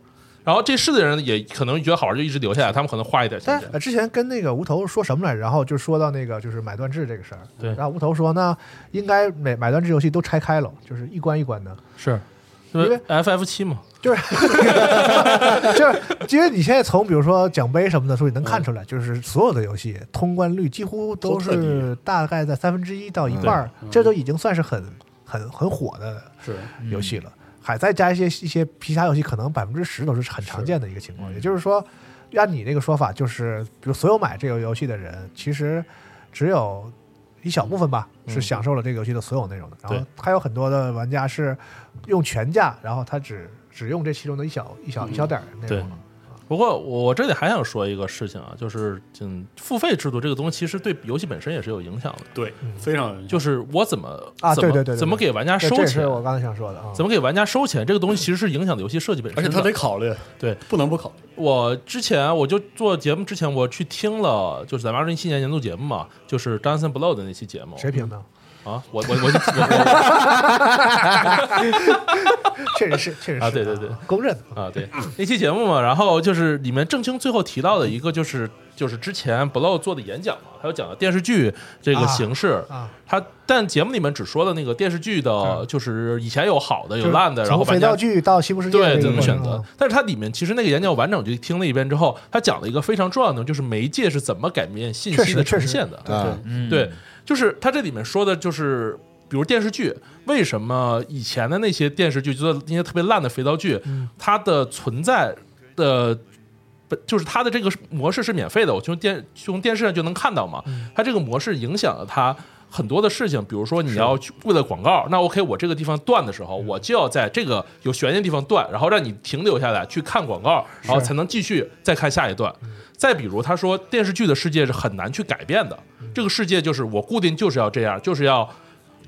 然后这试的人也可能觉得好玩就一直留下来，他们可能花一点
但
钱
是。呃之前跟那个无头说什么来着，然后就说到那个就是买断制这个事儿，
对
然后无头说那应该每买断制游戏都拆开了，就是一关一关的，
是，
因为
FF 七嘛，
就是 [laughs] 就是，因为你现在从比如说奖杯什么的，所以能看出来，就是所有的游戏通关率几乎都
嗯都特
是
低
大概在三分之一到一半儿，这都已经算是很很很火的
是
游戏了，还再加一些一些皮卡游戏，可能百分之十都是很常见的一个情况。
嗯
也就是说，按你那个说法，就是比如所有买这个游戏的人，其实只有一小部分吧、是享受了这个游戏的所有内容的，然后
嗯对
还有很多的玩家是用全价，然后他只只用这其中的一小一
嗯
小一小点儿内容了。
不过我我这里还想说一个事情啊，就是嗯，付费制度这个东西其实对游戏本身也是有影响的。
对，非常有
就是我怎么
啊
怎么
对对对对
怎么给玩家
对
收
这
钱
是，我刚才想说的啊。
怎么给玩家收钱，这个东西其实是影响的游戏设计本
而
身
且他
的。
得考虑，
对
不能不考虑。
我之前我就做节目之前，我去听了就是咱们二零一七年年度节目嘛，就是 d a n c e n Blow 的那期节目
谁评的？
啊，我我我我
确实是，确实是
啊对对对，
公认的。
我啊对那期节目嘛，然后就是里面郑清最后提到的一个就是就是之前 Blow 做的演讲嘛，还有讲到电视剧这个
啊
形式
啊
他但节目里面只说了那个电视剧的，就是以前有好的有烂的，
就是
然后
从肥皂
玩家
剧到西部世界这
对
个
怎么
过程
选择
啊。
但是它里面其实那个演讲完整去听了一遍之后，他讲了一个非常重要的，就是媒介是怎么改变信
确
息
实
的
确
呈
实
现的。
啊，
嗯
对，就是他这里面说的就是。比如电视剧，为什么以前的那些电视剧，就是那些特别烂的肥皂剧，它的存在的本呃就是它的这个是模式是免费的，我从电从电视上就能看到嘛。
嗯
它这个模式影响了它很多的事情，比如说你要去为了广告，那 OK，我这个地方断的时
嗯
候，我就要在这个有悬念地方断，然后让你停留下来去看广告，然后才能继续再看下一段。
嗯
再比如，他说电视剧的世界是很难去改变的，
嗯
这个世界就是我固定就是要这样，就是要。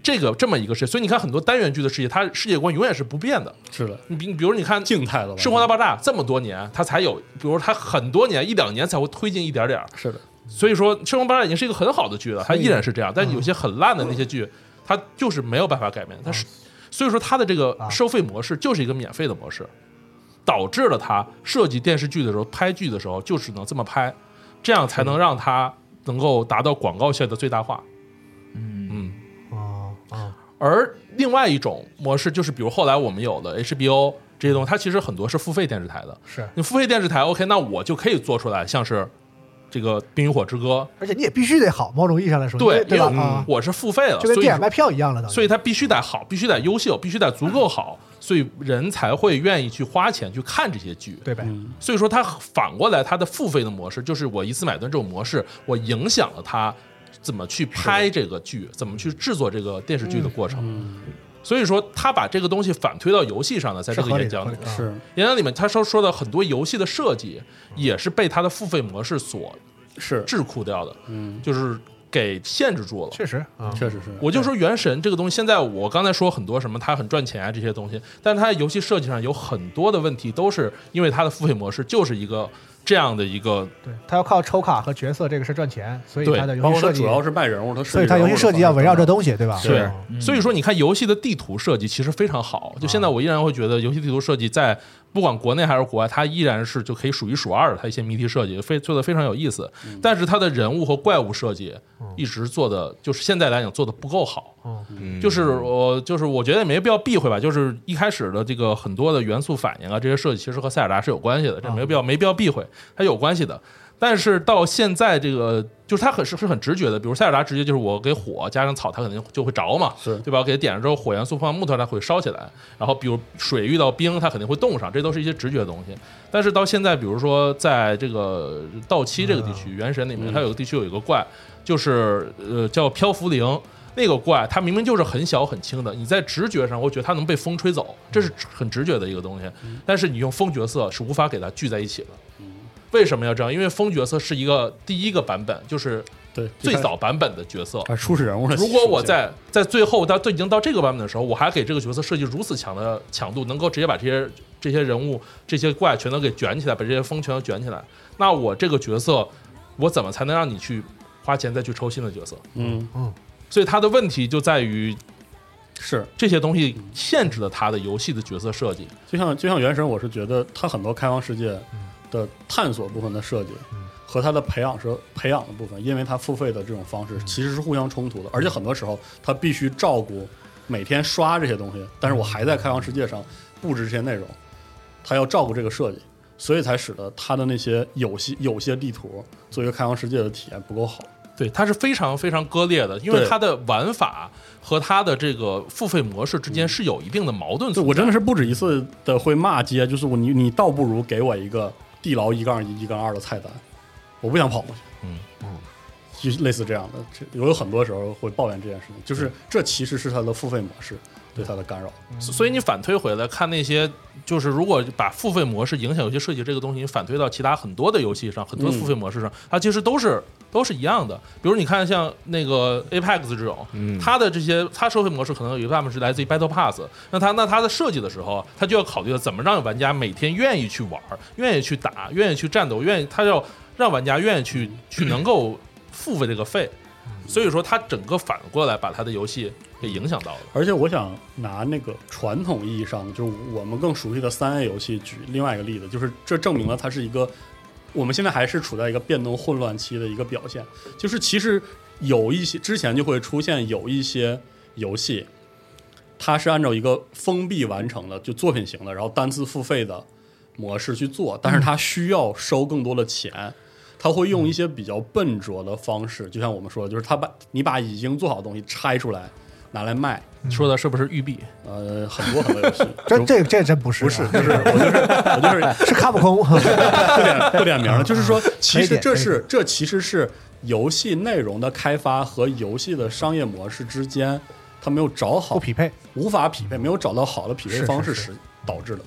这个这么一个世界，所以你看很多单元剧的世界，它世界观永远是不变的。
是的，
你比你比如你看
静态的吧
《生活大爆炸》这么多年，它才有，比如它很多年一两年才会推进一点点儿。
是的，
所以说，《生活大爆炸》已经是一个很好的剧了，它依然是这样。
嗯
但有些很烂的那些剧，它就是没有办法改变，它是，
嗯
所以说它的这个
啊
收费模式就是一个免费的模式，导致了它设计电视剧的时候、拍剧的时候就只能这么拍，这样才能让它能够达到广告效益的最大化。嗯嗯。
哦哦，
而另外一种模式就是，比如后来我们有了 HBO 这些东西，它其实很多是付费电视台的。
是，
你付费电视台，OK，那我就可以做出来像是这个《冰与火之歌
而且你也必须得好，某种意义上来》，说，对
因
吧？
为
啊，
我是付费了，
就跟
所以
电影卖票一样了，等于
所以它必须得好，必须得优秀，必须得足够好，所以人才会愿意去花钱去看这些剧。
对呗？
所以说它反过来，它的付费的模式就是我一次买断这种模式，我影响了它怎么去拍这个剧，怎么去制作这个电视剧的过程。
嗯
所以说，他把这个东西反推到游戏上了，在
是
这个
合理
演
的，
讲
合
里
理
面，
的啊
是
演讲里面他说说的很多游戏的设计也是被它的付费模式所
是，
桎梏掉的，
嗯，
就是给限制住了。
确实啊，
确实是。
我就说《原神》这个东西，现在我刚才说很多什么它很赚钱啊这些东西，但是它在游戏设计上有很多的问题，都是因为它的付费模式就是一个这样的一个
对他要靠抽卡和角色这个事儿赚钱，所以
对
他的游
包
戏
括它
设计
主，要是卖人物，它
所以他
它
游戏设计要围绕这东西，对吧？，
是
对，所以说你看游戏的地图设计其实非常好。就现在我依然会觉得游戏地图设计在不管国内还是国外，它依然是就可以数一数二的。它一些谜题设计非做的非常有意思，但是它的人物和怪物设计一直做的就是现在来讲做的不够好。嗯就是我就是我觉得也没必要避讳吧，就是一开始的这个很多的元素反应啊，这些设计其实和塞尔达是有关系的，这没必要没必要避讳，它有关系的。但是到现在这个，就是它很是是很直觉的，比如塞尔达直接就是我给火加上草，它肯定就会着嘛，
是
对吧？给它点上之后，火元素放木头，它会烧起来。然后比如水遇到冰，它肯定会冻上，这都是一些直觉的东西。但是到现在，比如说在这个道七这个地区，原神里面，它有个地区有一个怪，就是呃叫漂浮灵。那个怪，它明明就是很小很轻的，你在直觉上会觉得它能被风吹走，这是很直觉的一个东西。但是你用风角色是无法给它聚在一起的。为什么要这样？因为风角色是一个第一个版本，就是
对
最早版本的角色。
啊，初始人物的。
如果我在在最后到都已经到这个版本的时候，我还给这个角色设计如此强的强度，能够直接把这些这些人物、这些怪全都给卷起来，把这些风全都卷起来，那我这个角色，我怎么才能让你去花钱再去抽新的角色？
嗯
所以他的问题就在于
是，
这些东西限制了他的游戏的角色设计。
就像就像原神，我是觉得它很多开放世界的探索部分的设计和它的培养是培养的部分，因为它付费的这种方式其实是互相冲突的，而且很多时候它必须照顾每天刷这些东西，但是我还在开放世界上布置这些内容，它要照顾这个设计，所以才使得它的那些有些有些地图作为开放世界的体验不够好。
对，它是非常非常割裂的，因为
对
它的玩法和它的这个付费模式之间是有一定的矛盾
对
存在。
我真的是不止一次的会骂街，就是我你你倒不如给我一个地牢一杠一、一杠二的菜单，我不想跑过去。
嗯
嗯，就类似这样的，这我有很多时候会抱怨这件事情，就是这其实是它的付费模式对它的干扰。
所以你反推回来看那些，就是如果把付费模式影响游戏设计这个东西，你反推到其他很多的游戏上，很多付费模式上，它其实都是都是一样的。比如你看像那个 Apex 这种，它的这些它收费模式可能有一半是来自于 Battle Pass，那它那它的设计的时候，它就要考虑了怎么让玩家每天愿意去玩儿，愿意去打，愿意去战斗，愿意它要让玩家愿意去去能够付费这个费。所以说，它整个反过来把它的游戏给影响到了。
而且我想拿那个传统意义上，就是我们更熟悉的三 A 游戏举另外一个例子，就是这证明了它是一个我们现在还是处在一个变动混乱期的一个表现。就是其实有一些之前就会出现有一些游戏，它是按照一个封闭完成的，就作品型的，然后单次付费的模式去做，但是它需要收更多的钱。它会用一些比较笨拙的方式，就像我们说的，就是它把你把已经做好的东西拆出来，拿来卖，
嗯
说的是不是育碧？
呃，很多很多游戏
[laughs] 这这这真不是、啊
不是，就是我就是我就是
[laughs] 是卡普空，
不点不点名了，就是说，其
可以
实
点
这是这其实是游戏内容的开发和游戏的商业模式之间，它没有找好
不匹配。
无法匹配，没有找到好的匹配
是
方
是
式
是嗯
时导致的。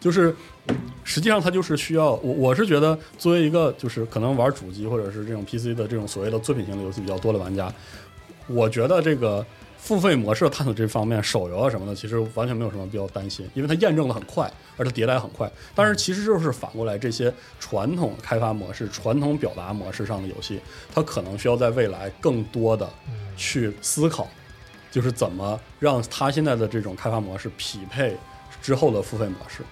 就是实际上它就是需要我我是觉得作为一个就是可能玩主机或者是这种 PC 的这种所谓的作品型的游戏比较多的玩家，我觉得这个付费模式的探索这方面，手游啊什么的，其实完全没有什么必要担心，因为它验证的很快，而且迭代很快。但是其实就是反过来，这些传统开发模式、传统表达模式上的游戏，它可能需要在未来更多的
嗯
去思考，就是怎么让它现在的这种开发模式匹配之后的付费模式，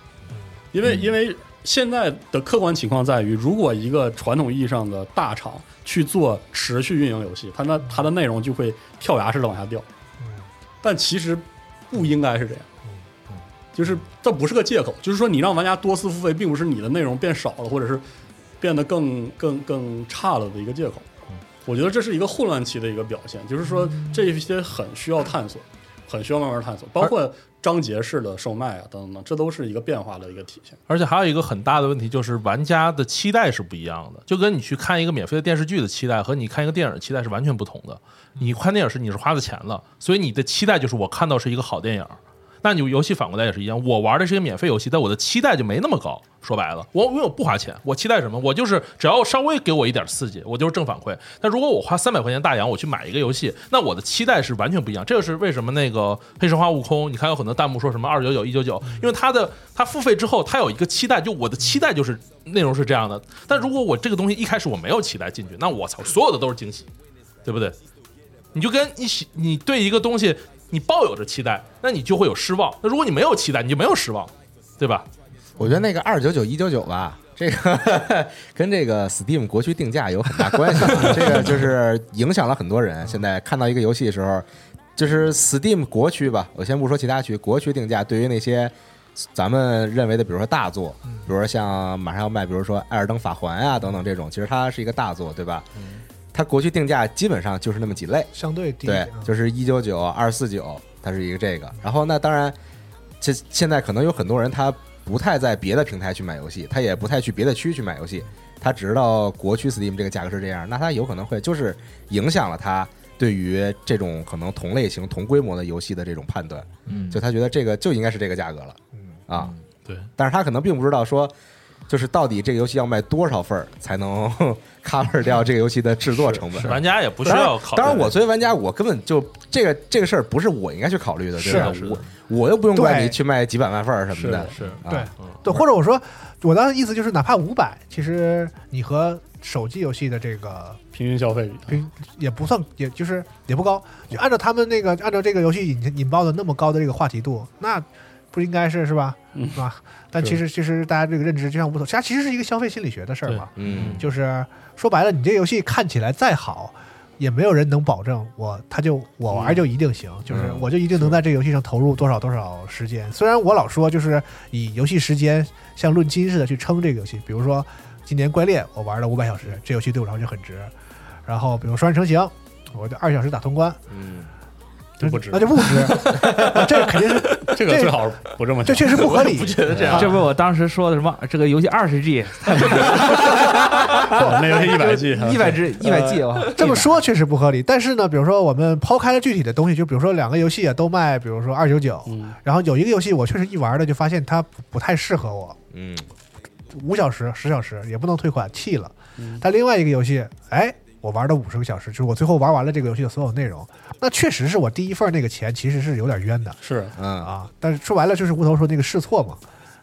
因为因为。现在的客观情况在于，如果一个传统意义上的大厂去做持续运营游戏，它那它的内容就会跳崖式的往下掉。但其实不应该是这样，就是这不是个借口，就是说你让玩家多次付费，并不是你的内容变少了，或者是变得更更更差了的一个借口。我觉得这是一个混乱期的一个表现，就是说
嗯
这些很需要探索，很需要慢慢探索，包括章节式的售卖啊等等等，这都是一个变化的一个体现。
而且还有一个很大的问题就是，玩家的期待是不一样的，就跟你去看一个免费的电视剧的期待和你看一个电影的期待是完全不同的。你看电影是你是花的钱了，所以你的期待就是我看到是一个好电影。那你游戏反过来也是一样，我玩的是一个免费游戏，但我的期待就没那么高。说白了，我因为我不花钱，我期待什么？我就是只要稍微给我一点刺激，我就是正反馈。但如果我花三百块钱大洋我去买一个游戏，那我的期待是完全不一样。这就是为什么那个《黑神话：悟空》，你看有很多弹幕说什么二九九、一九九，因为它的它付费之后，它有一个期待，就我的期待就是内容是这样的。但如果我这个东西一开始我没有期待进去，那我操，所有的都是惊喜，对不对？你就跟你喜你对一个东西你抱有着期待，那你就会有失望。那如果你没有期待，你就没有失望，对吧？
我觉得那个二九九一九九吧，这个 [laughs] 跟这个 Steam 国区定价有很大关系啊，这个就是影响了很多人。现在看到一个游戏的时候，就是 Steam 国区吧，我先不说其他区，国区定价对于那些。咱们认为的，比如说大作，比如说像马上要卖，比如说《艾尔登法环》啊等等这种，其实它是一个大作，对吧？它国区定价基本上就是那么几类，
相对低一
对
点，啊，
就是一九九、二四九，它是一个这个。然后那当然，这现在可能有很多人他不太在别的平台去买游戏，他也不太去别的区去买游戏，他只知道国区 Steam 这个价格是这样，那他有可能会就是影响了他对于这种可能同类型、同规模的游戏的这种判断，
嗯
就他觉得这个就应该是这个价格了，啊，
对，
但是他可能并不知道说。就是到底这个游戏要卖多少份儿才能 [laughs] cover 掉这个游戏的制作成本？
玩家也不需
当然，
要考虑。
当然，我作为玩家，我根本就这个这个事儿不是我应该去考虑的，对吧
是？的 [laughs]
我我又不用怪
对
你去卖几百万份儿什么的，
是的
啊
对对，或者我说，我当时意思就是，哪怕五百，其实你和手机游戏的这个
平均消费比
平也不算，也就是也不高。就按照他们那个，按照这个游戏引引爆的那么高的这个话题度，那不应该是是吧？
嗯
是吧？但
是
其实其实大家这个认知就像无头，它其实是一个消费心理学的事儿嘛。
嗯，
就是说白了，你这游戏看起来再好，也没有人能保证我他就我玩就一定行，就是
嗯
我就一定能在这游戏上投入多少多少时间。虽然我老说就是以游戏时间像论斤似的去称这个游戏，比如说今年怪猎我玩了五百小时，这游戏对我来说就很值。然后比如双人成行，我就二小时打通关，
嗯，
就不值
那就不值，啊这个肯定是
这个
这
最好不这么
这确
想。
实不合理。啊
啊
这不是我当时说的什么？这个游戏二十
[laughs]
G，
那游戏
[laughs]
一百 G，
一百 [laughs] 只一百 G，哇
这么说确实不合理，但是呢，比如说我们抛开了具体的东西，就比如说两个游戏啊都卖，比如说二九九，
嗯
然后有一个游戏我确实一玩了就发现它不不太适合我，
嗯，
五小时、十小时也不能退款，弃了。但另外一个游戏，哎，我玩了五十个小时，就是我最后玩完了这个游戏的所有内容，那确实是我第一份那个钱其实是有点冤的
是
嗯，
啊。但是说白了就是无头说那个试错嘛。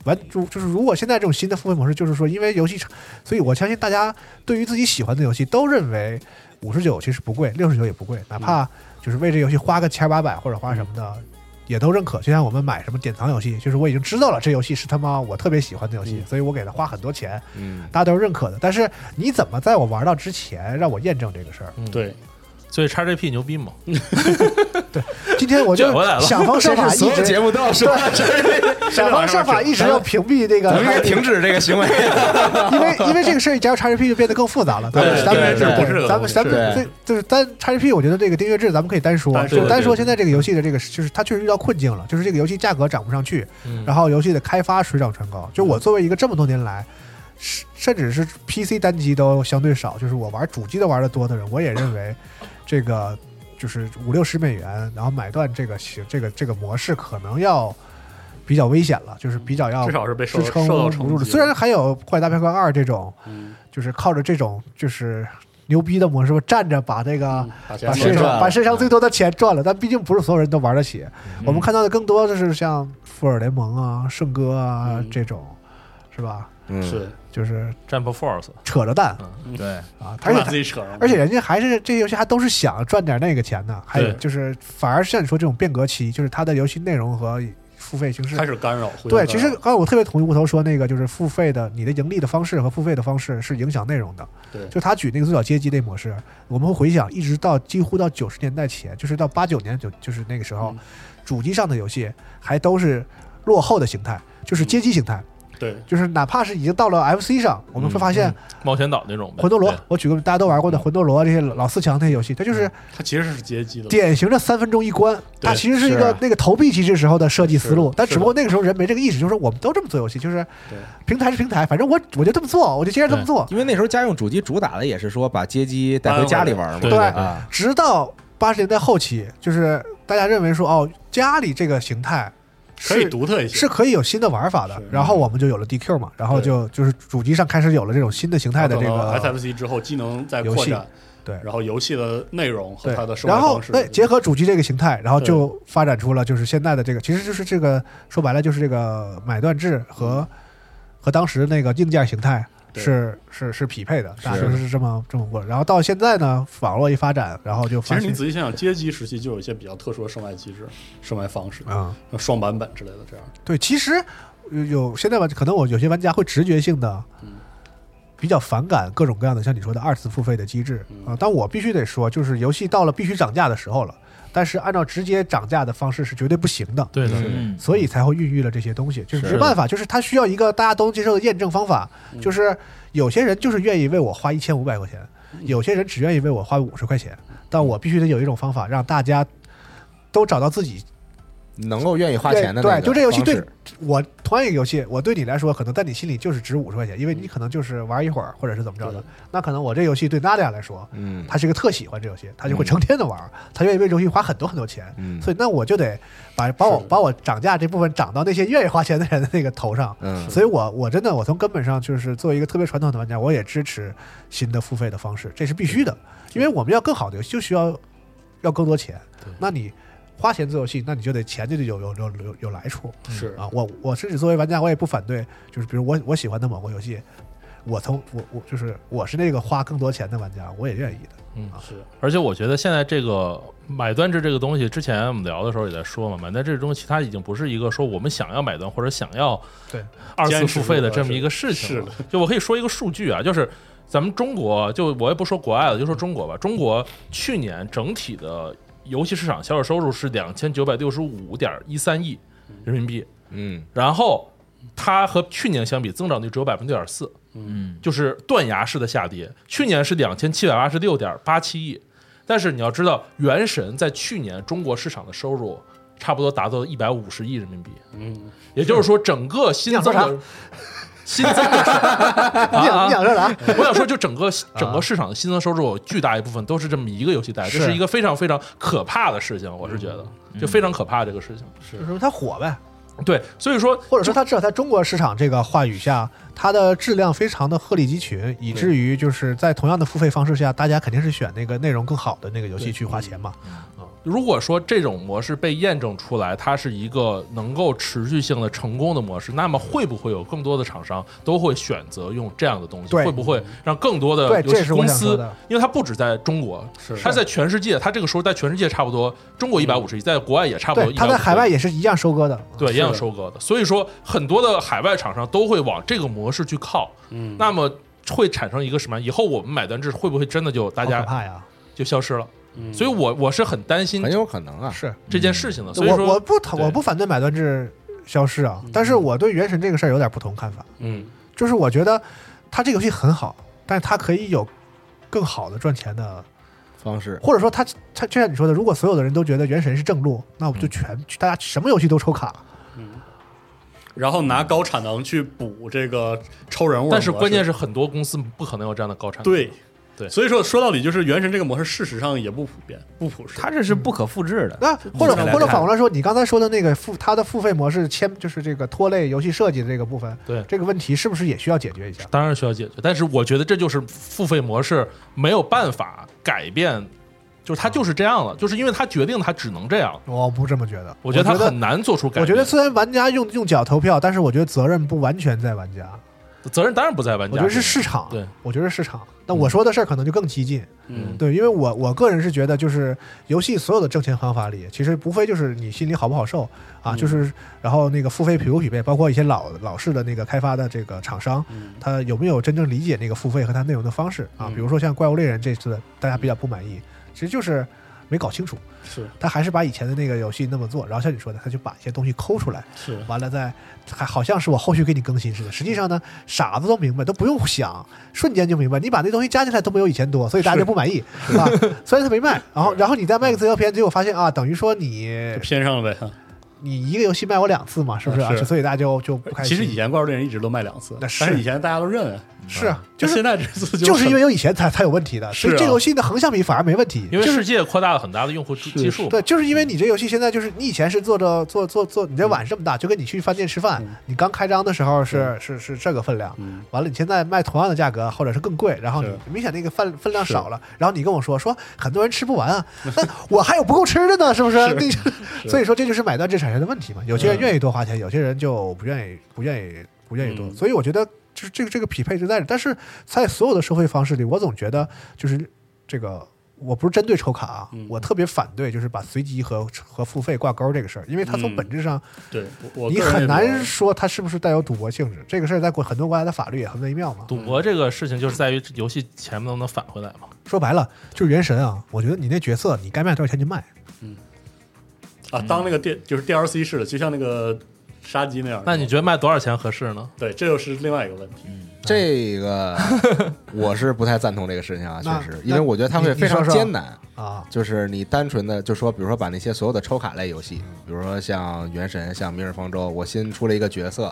完就就是，如果现在这种新的付费模式，就是说，因为游戏厂，所以我相信大家对于自己喜欢的游戏都认为五十九其实不贵，六十九也不贵，
嗯
哪怕就是为这游戏花个千八百或者花什么的，也都认可。就像我们买什么典藏游戏，就是我已经知道了这游戏是他妈我特别喜欢的游戏，所以我给他花很多钱，
嗯，
大家都是认可的。但是你怎么在我玩到之前让我验证这个事儿？
对，
所以 XGP 牛逼嘛，
今天
[laughs]
我就
卷回来了
想方设
这
法
是
一
所有节
直
目都要说的，
想方设法一直要屏蔽这个
咱们应该停止这
[laughs]
个行为。
因
[laughs]
为因为这个事儿加入 XGP 就变得更复杂了，咱们
对
咱们
对对
对
不是个
咱们咱们
对
这就是单 XGP，我觉得这个订阅制咱们可以单说，
单
就
说
是单说
对对
现在这个游戏的这个就是它确实遇到困境了，就是这个游戏价格涨不上去，
嗯
然后游戏的开发水涨船高。就我作为一个这么多年来，甚甚至是 PC 单机都相对少，就是我玩主机都玩的多的人，我也认
[laughs]
为这个就是五六十美元，然后买断这个行这个这个模式可能要比较危险了，就是比较要
至少是被受
啊支
到
撑
受到
不
冲
住
击
了。
了。
虽然还有《快打大镖客二》这种，
嗯
就是靠着这种就是牛逼的模式站着把这个。
打
啊
嗯钱
把
钱
身
赚
上
了
把身上最多的钱赚了，但毕竟不是所有人都玩得起。
嗯
我们看到的更多就是像《复尔联盟》啊、《圣歌啊》
嗯
这种，是吧？
嗯，
是
就是
，Jump Force，
扯着蛋
嗯
对，
啊，而
他
且
把
他
自己扯上了，
而且人家还是这些游戏还都是想赚点那个钱呢，还有
对
就是反而像你说这种变革期，就是它的游戏内容和付费形式
开始干扰。互相
对，
干扰
其实刚才我特别同意木头说那个，就是付费的，你的盈利的方式和付费的方式是影响内容的。
对
就他举那个最早街机那模式，我们会回想，一直到几乎到九十年代前，就是到八九年就就是那个时候，
嗯
主机上的游戏还都是落后的形态，就是街机形态，
对
就是哪怕是已经到了 FC 上，我
嗯
们会发现
冒险岛那种呗，
魂斗罗，
对
我举个大家都玩过的魂斗罗这些老四强那些游戏，它就是
他其实是阶级的，
典型的三分钟一关，
对啊
它其实是一个
是
那个投币机制时候的设计思路
是，
但只不过那个时候人没这个意识，就是我们都这么做游戏，就是
对
平台是平台，反正我我就这么做，我就接着这么做，
因为那时候家用主机主打的也是说把街机带回家里玩嘛，
对
对
啊，
直到八十年代后期，就是大家认为说哦，家里这个形态
可以
是
独特一些，
是可以有新的玩法的
是，
然后我们就有了 DQ 嘛，然后就就是主机上开始有了这种新的形
啊
态的这个
SFC 之后，技能在扩展，
对
然后游戏的内容和
对
它的，生活
然后
方式，
对结合主机这个形态，然后
对
就发展出了就是现在的这个，其实就是这个说白了就是这个买断制和和当时那个硬件形态
嗯对
是是是匹配的，大家
是
就是这么这么过。然后到现在呢，网络一发展，然后就
其
发
实你
现
仔细想想，街机时期就有一些比较特殊的售卖机制、售卖方式，
啊、
双版本之类的这样。
对，其实有有现在吧，可能我有些玩家会直觉性的
嗯
比较反感各种各样的像你说的二次付费的机制
嗯
啊、但我必须得说，就是游戏到了必须涨价的时候了，但是按照直接涨价的方式是绝对不行的。
对的，
嗯，
所以才会孕育了这些东西，就是
是嗯
没办法，就是它需要一个大家都能接受的验证方法。就是有些人就是愿意为我花一千五百块钱，
嗯
有些人只愿意为我花五十块钱，但我必须得有一种方法让大家都找到自己。
能够愿意花钱的那个
对就这游戏对
方式
我同样一个游戏，我对你来说可能在你心里就是值五十块钱，因为
嗯
你可能就是玩一会儿或者是怎么着的
对。
那可能我这游戏对 Nadia 来说，
嗯，
他是一个特喜欢这游戏，他就会成天的玩，他愿意为这游戏花很多很多钱。
嗯
所以那我就得把把我
是
把我涨价这部分涨到那些愿意花钱的人的那个头上。
嗯
所以我我真的我从根本上就是作为一个特别传统的玩家，我也支持新的付费的方式，这是必须的，因为我们要更好的游戏就需要要更多钱。那你花钱做游戏，那你就得钱就得有有有有有来处
是
啊！我我甚至作为玩家，我也不反对，就是比如我我喜欢的某个游戏。我从我我就是我是那个花更多钱的玩家，我也愿意的。
是，
而且我觉得现在这个买断制这个东西，之前我们聊的时候也在说嘛，买断制这东西它已经不是一个说我们想要买断或者想要
对
二次付费的这么一个事情了
坚持。
就我可以说一个数据啊，就是咱们中国，就我也不说国外了，就说中国吧，中国去年整体的游戏市场销售收入是两千九百六十五点一三亿人民币，
嗯
然后它和去年相比增长率只有百分之六点四，
嗯，
就是断崖式的下跌。去年是两千七百八十六点八七亿，但是你要知道，《原神》在去年中国市场的收入差不多达到一百五十亿人民币，
嗯，
也就是说，整个新增
你想
的新增的，啊
你想你想说啥？
我想说，就整个整个市场的新增收入，有巨大一部分都是这么一个游戏带来，这
是
是一个非常非常可怕的事情，我是觉得。就非常可怕这个事情，
就是说它火呗，
对，所以说
或者说它至少在中国市场这个话语下，它的质量非常的鹤立鸡群，以至于就是在同样的付费方式下，大家肯定是选那个内容更好的那个游戏去花钱嘛。
嗯如果说这种模式被验证出来，它是一个能够持续性的成功的模式，那么会不会有更多的厂商都会选择用这样的东西？
对
会不会让更多的
对
游
这
戏
是我
公
想说
司
的？
因为它不止在中国，
是
它在全世界，它这个时候在全世界差不多，中国一百五十亿，在国外也差不多
对，
150亿，
它在海外也是一样收割的。
对一样
是
收割的。所以说，很多的海外厂商都会往这个模式去靠。
嗯
那么。会产生一个什么？以后我们买断制会不会真的就大
好可
家
怕呀！
就消失了？
嗯
所以我我是很担心
很有可能啊。
是
这件事情的。所以
我我
说，
不讨
对嗯
我不反对买断制消失啊，但是我对原神这个事儿有点不同看法，
嗯
就是我觉得它这个游戏很好，但是它可以有更好的赚钱的 [laughs]
方式
或者说他他就像你说的，如果所有的人都觉得原神是正路，那我
嗯
们就全、大家什么游戏都抽卡。
然后拿高产能去补这个抽人物的模式，
但是关键是很多公司不可能有这样的高产。，
对
对
所以说说到底就是《原神》这个模式，事实上也不普遍，不普适。
它这是不可复制的。
嗯
那或者
来
或者
看
反过来说，你刚才说的那个付它的付费模式签就是这个拖累游戏设计的这个部分，
对
这个问题是不是也需要解决一下？
当然需要解决，但是我觉得这就是付费模式没有办法改变，就是
啊
它就是这样了，就是因为它决定它只能这样。
我不这么觉得，
我
觉
觉得它
我觉
很难做出改变。
我觉得虽然玩家用用脚投票，但是我觉得责任不完全在玩家，
责任当然不在玩家
我
身上，
觉得是市场，
嗯对，嗯
我觉得是市场。那我说的事儿可能就更激进，
嗯
对，因为我我个人是觉得，就是游戏所有的挣钱方法里，其实无非就是你心里好不好受
嗯
啊，就是然后那个付费匹不匹配，包括一些老老式的那个开发的这个厂商，
嗯
他有没有真正理解那个付费和它内容的方式啊？
嗯
比如说像《怪物猎人》这次大家比较不满意，其实就是没搞清楚，
是
他还是把以前的那个游戏那么做，然后像你说的，他就把一些东西抠出来，
是，
完了再还好像是我后续给你更新似的，实际上呢，傻子都明白，都不用想，瞬间就明白。你把那东西加起来都没有以前多，所以大家就不满意，是吧？ [laughs] 虽然他没卖，然后然后你再卖个资料片，结果发现啊，等于说你
偏上了呗。
你一个游戏卖我两次嘛，是不是啊？
是
所以大家就就不开
其
心。
实以前《啊怪物猎人》一直都卖两次，
那
但
是
是以前大家都认，
是啊，就
现
是
在这次
就是因
为
为有以前才才有问题的，所以
是啊
这个游戏的横向比反而没问题，
因为
就是
世界扩大了很大的用户基数。
对，就是因为你这游戏现在就是你以前是坐着坐坐坐，你这碗这么大，就跟你去饭店吃饭
嗯，
你刚开张的时候是是是这个分量
嗯，
完了你现在卖同样的价格或者是更贵，然后你
是
明显那个饭分量少了，然后你跟我说
[laughs]
说很多人吃不完啊，那我还有不够吃的呢，是不是？那就 [laughs] 所以说这就是买断制产生的问题嘛，有些人愿意多花钱，有些人就不愿意不愿意不愿意多，
嗯
所以我觉得就是这个这个匹配就在这，但是在所有的收费方式里，我总觉得就是这个。我不是针对抽卡啊，
嗯
我特别反对就是把随机和和付费挂钩这个事儿，因为它从
嗯
本质上
对，我我
你
个人也啊
很
比较
难
啊
说它是不是带有赌博性质。这个事儿在国很多国家的法律也很微妙嘛。
赌博这个事情就是在于游戏钱能不能返回来嘛？
说白了就是原神啊，我觉得你那角色你该卖多少钱就卖，
啊，
嗯
当那个电就是 DLC 似的，就像那个杀鸡那样。
那你觉得卖多少钱合适呢？
对，这又是另外一个问题。
这个我是不太赞同这个事情啊，
[laughs] 那
确实，因为我觉得它会
那你
非常
你说说
艰难。
啊。
就是你单纯的就说，比如说把那些所有的抽卡类
嗯
游戏，比如说像《原神》、像《明日方舟》，我新出了一个角色，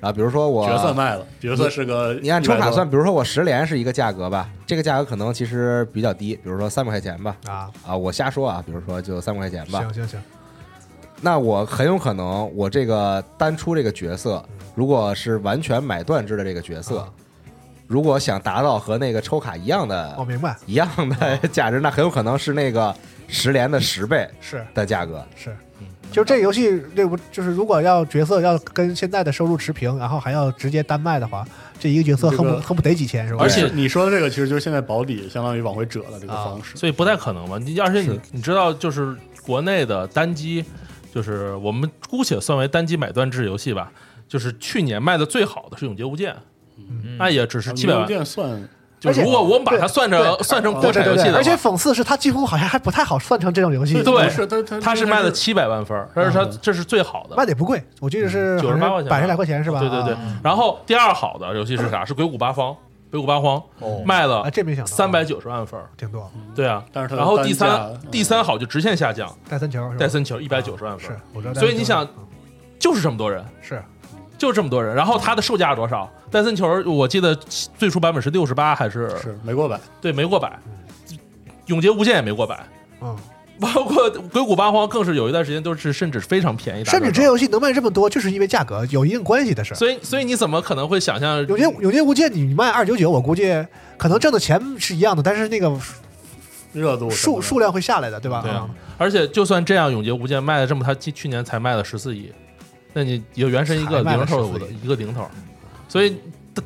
然后比如说我
角色卖了，角色是个
你按抽
100
卡
多
算，比如说我十连是一个价格吧，这个价格可能其实比较低，比如说三百块钱吧，
啊，
啊，我瞎说啊，比如说就三百块钱吧
行，行行，啊
那我很有可能我这个单出这个角色，如果是完全买断制的这个角色
嗯啊，
如果想达到和那个抽卡一样的
哦我明白，
一样的
哦
价值，那很有可能是那个十连的十倍
是
的价格。
是，
嗯
就是这个游戏这不就是如果要角色要跟现在的收入持平，然后还要直接单卖的话，这一个角色
这
恨不
个
恨不得几千是吧？
而且
你说的这个其实就是现在保底相当于往回折了这个方式。
所以不太可能嘛。你而且你你知道，就是国内的单机，就是我们姑且算为单机买断制游戏吧。就是去年卖的最好的是《永劫无间》，
嗯
那也只是七百
邮
万。嗯
件算
就如果我们把它算成算成国
对
产
对
游戏
对，
的
而且
话，
讽刺是他几乎好像还不太好算成这种游戏，
对
不是他他
它是卖了七百万分儿，但是它这是最好的
嗯卖。的也不贵，我记得是
98块钱吧
百十来块钱是吧？
对对对
啊，
然后第二好的游戏是啥？是《鬼谷八方》，《鬼谷八荒》卖了
啊，这没想到
三百九十万分儿，
挺多，
对啊。
但是它的
然后第
单
三
价
第三好就直线下降，
戴森球嗯是吧？
戴森球一百九十万分
是
儿，，
我知道戴森球。
所以你想
嗯
就是这么多人，
是
就这么多人。然后它的售价是多少？戴森球我记得最初版本是六十八还是
是没过百，
对没过百，永劫无间也没过百。
嗯，
[laughs] 包括鬼谷八荒，更是有一段时间都是甚至非常便宜打折
甚
的，
至这游戏能卖这么多，就是因为价格有一定关系的事。
所以所以你怎么可能会想象
有些有些无界你卖二九九，我估计可能挣的钱是一样的，但是那个
热度什么
数
的
数量会下来的，对吧？
对啊
嗯，
而且就算这样，《永劫无间》卖了这么，它去去年才卖了十四亿，那你有原神一个
才卖了
零头
14
的
亿
一个零头，所以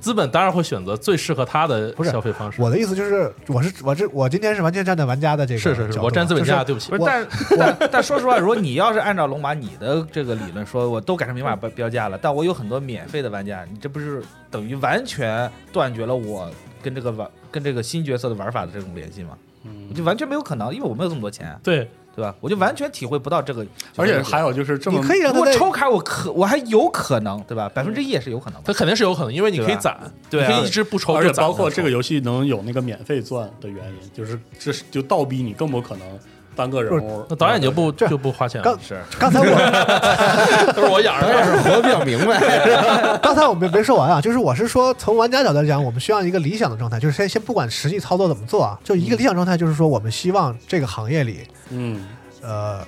资本当然会选择最适合它的
不是
消费方式。
我的意思就是，我是我这我今天是完全站在玩家的这个
是是是，
角度啊
我站资本家，
就是
对不起
不。是，
我
但但但说实话，如果你要是按照龙马你的这个理论说，我都改成明码标标价了，但我有很多免费的玩家，你这不是等于完全断绝了我跟这个玩跟这个新角色的玩法的这种联系吗？
嗯
我就完全没有可能，因为我没有这么多钱，
对，
对吧？我就完全体会不到这个。
嗯而且还有就是这么
你可以让
如
他
果
在
抽卡，我可我还有可能，对吧？百分之一也是有可能
它
的。
肯定是有可能，因为你可以
对吧
攒，
对啊
你可以一直不抽
而
就
且
攒。
包括这个游戏能有那个免费钻的原因，就是这是就倒逼你更不可能单个人物。
那导演就不
这
就不花钱了
刚，
[laughs]
刚才我 [laughs]
都是我养
当然
着。
是活得比较明
[laughs]
白，
刚才我没没说完啊，就是我是说，从玩家角度来讲，我们需要一个理想的状态，就是先先不管实际操作怎么做啊，就一个理想状态，就是说我们希望这个行业里，
嗯，
呃，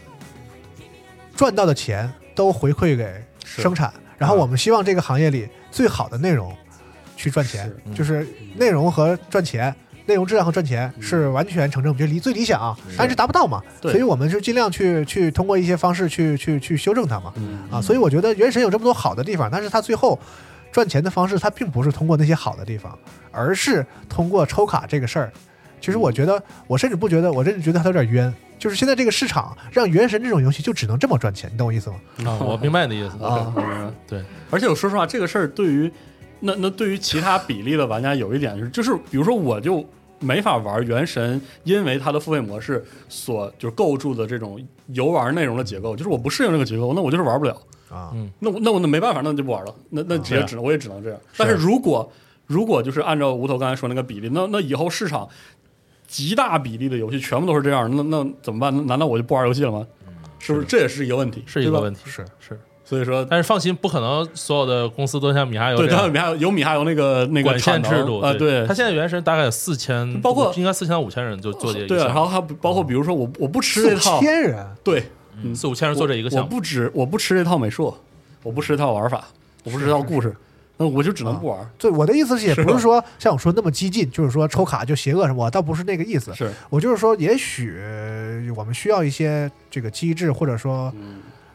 赚到的钱都回馈给生产，然后我们希望这个行业里最好的内容去赚钱
是，嗯
就是内容和赚钱。内容质量和赚钱是完全成正比，就离最理想啊，但是达不到嘛，
嗯对
所以我们就尽量去去通过一些方式去去去修正它嘛。
嗯
啊，所以我觉得《原神》有这么多好的地方，但是它最后赚钱的方式，它并不是通过那些好的地方，而是通过抽卡这个事儿。其实我觉得，我甚至不觉得，我甚至觉得它有点冤。就是现在这个市场，让《原神》这种游戏就只能这么赚钱，你懂我意思吗？
[laughs] 啊，我明白你的意思
啊，
对，
而且我说实话，这个事儿对于那那对于其他比例的玩家有一点就是，就是比如说我就没法玩《原神》，因为它的付费模式所就是构筑的这种游玩内容的结构，就是我不适应这个结构，那我就是玩不了。
啊，
那我那我那没办法，那就不玩了，那那直接
对
只能我也只能这样。但是如果如果就是按照吴头刚才说那个比例，那那以后市场极大比例的游戏全部都是这样，那那怎么办？那难道我就不玩游戏了吗？是不是这也是一个问题？
是一个问
题。
题，是是。
所以说，
但是放心，不可能所有的公司都像米哈游
对，
这
它有
样
米哈游有米哈游那个那个
管
产
限
能
制度
啊，对
他，现在原神大概有四千，
包括
应该四千到五千人就做这一
对，啊然
个项目，嗯
后还不包括比如说我我不吃
四
这套，
千人，
对，
四五千人做这一个
我
项
我
目，
不吃我不吃这套美术，我不吃这套玩法，我不吃这套故事，那我就只能不玩。
哦
对，我的意思是，也
是
不是
吧
说像我说那么激进，就是说抽卡就邪恶什么，我倒不是那个意思。
是，
我就是说，也许呃我们需要一些这个机制，或者说，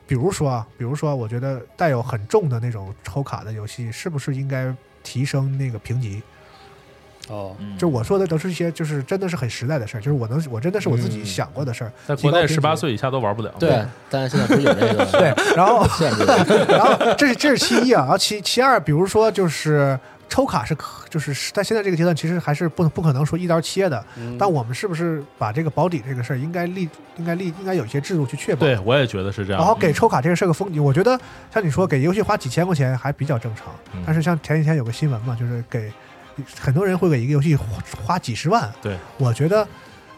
比如说啊，比如说，我觉得带有很重的那种抽卡的游戏，是不是应该提升那个评级？
哦，
嗯
就我说的都是一些，就是真的是很实在的事儿，就是我能，我真的是我自己
嗯
想过的事儿。
在
提
国
高
内
评
十八
级
岁以下都玩不了。
对，，但是现在不是有
[laughs]
这个
对，然后
[laughs] 限制吗？
[laughs] 然后这是这是其一啊，然后其其二，比如说就是抽卡是可就是，但现在这个阶段其实还是不不可能说一刀切的。
嗯
但我们是不是把这个保底这个事儿应该立应该立应该有一些制度去确保？
啊
对我也觉得是这样。
然后给抽卡这个事儿个封底，我觉得像你说给游戏花几千块钱还比较正常，
嗯
但是像前几天有个新闻嘛，就是给很多人会给一个游戏花花几十万，
对，
我觉得。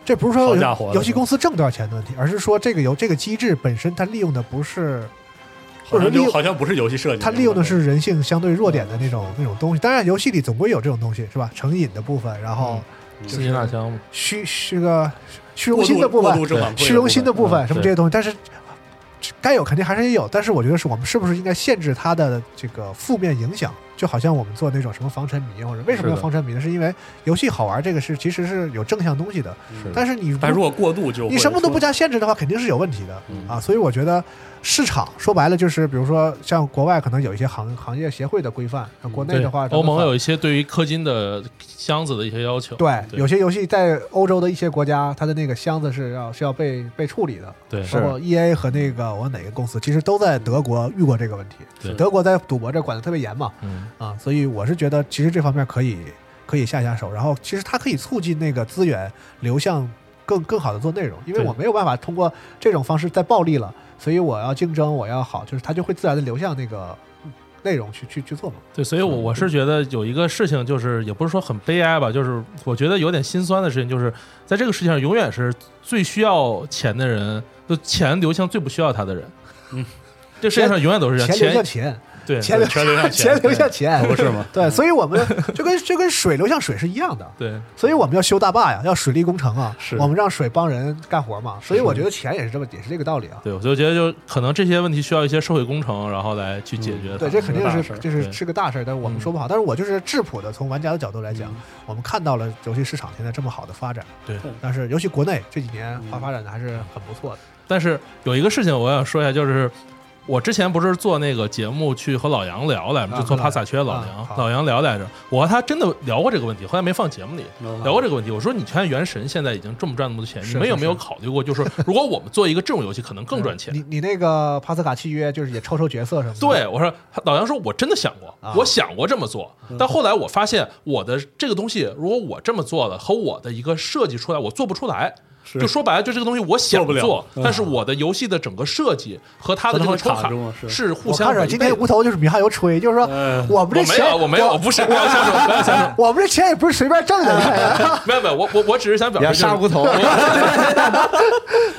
这不是说
好家伙
游游戏公司挣多少钱的问题，而是说这个游这个机制本身它利用的不是，或者说
好像
利
就
用
好像不是游戏设计，
它利用的是人性相对弱点的那种那种东西。当然，游戏里总归有这种东西，是吧？成瘾的部分，然
嗯
后
四斤大枪嘛，
虚虚个虚荣
过
心
度
的部
过度
分，
正反馈，
虚荣心的部分，
嗯
什么
对
这些东西，但是。该有肯定还是也有，但是我觉得是我们是不是应该限制它的这个负面影响？就好像我们做那种什么防沉迷，或者为什么要
是的
防沉迷呢？是因为游戏好玩，这个是其实是有正向东西的。
是
但是你
但如
果
果过度就
你什么都不加限制的话，肯定是有问题的、
嗯
啊。所以我觉得市场说白了就是，比如说像国外可能有一些行行业协会的规范，像国内
嗯对
的话，
欧盟有一些对于氪金的箱子的一些要求。
对
对
有些游戏在欧洲的一些国家，它的那个箱子是要是要被被处理的。
对，
包括 E A 和那个我哪个公司，其实都在德国遇过这个问题
对。
德国在赌博这管得特别严嘛，
嗯
啊，所以我是觉得其实这方面可以可以下下手，然后其实它可以促进那个资源流向更更好的做内容，因为
对
我没有办法通过这种方式再暴利了，所以我要竞争，我要好，就是它就会自然的流向那个内容去去去做嘛。
对，所以我我是觉得有一个事情，就是也不是说很悲哀吧，就是我觉得有点心酸的事情，就是在这个世界上，永远是最需要钱的人，就钱流向最不需要他的人。嗯，这世界上永远都是这样，
钱流向
钱
钱，
对
钱流
全流向
钱流向钱，
不是吗？
[laughs] 对，所以我们就跟就跟水流向水是一样的，
对
所以我们要修大坝呀，要水利工程啊，
是
我们让水帮人干活嘛，所以我觉得钱也是这么也是这个道理啊。
对，所以我觉得就可能这些问题需要一些社会工程，然后来去解决
嗯
它。
对，这肯定
是个大事
是
儿
这是
对嗯
是个大事儿，但是我们说不好。但是我就是质朴的，从玩家的角度来讲，我们看到了游戏市场现在这么好的发展，
对。
但是尤其国内这几年发发展的还是很不错的。
但是有一个事情我想说一下，就是我之前不是做那个节目去和老杨聊来嘛，
啊
就做
和老
帕萨缺老
啊
杨，
好
老杨聊来着，我和他真的聊过这个问题，后来没放节目里
哦
聊过这个问题。我说你看原神现在已经这么赚那么多钱，你
是
们有
是嗯
没有考虑过，就是说如果我们做一个这种游戏，可能更赚钱
你？你那个帕斯卡契约就是也抽抽角色什么的，
对，我说老杨说，我真的想过
啊，嗯
我想过这么做，但后来我发现我的这个东西，如果我这么做了，和我的一个设计出来，我做不出来。
是
就说白了，就这个东西我想
做不了
做，
嗯
但是我的游戏的整个设计和它
和它
的这个
会
抽
卡
卡
住吗是
是互
我
相
看着
违
今
背
天
的。 [laughs]
无头就是米哈游吹，就是说
哎
我们这
呃我没有，
钱
我没有，我不是，不要瞎说，不要瞎说，
[laughs] 我们这钱也不是随便挣
[laughs]
的，
哎没有没有，我我我只是想表
你
示
要
就
杀无
是
头，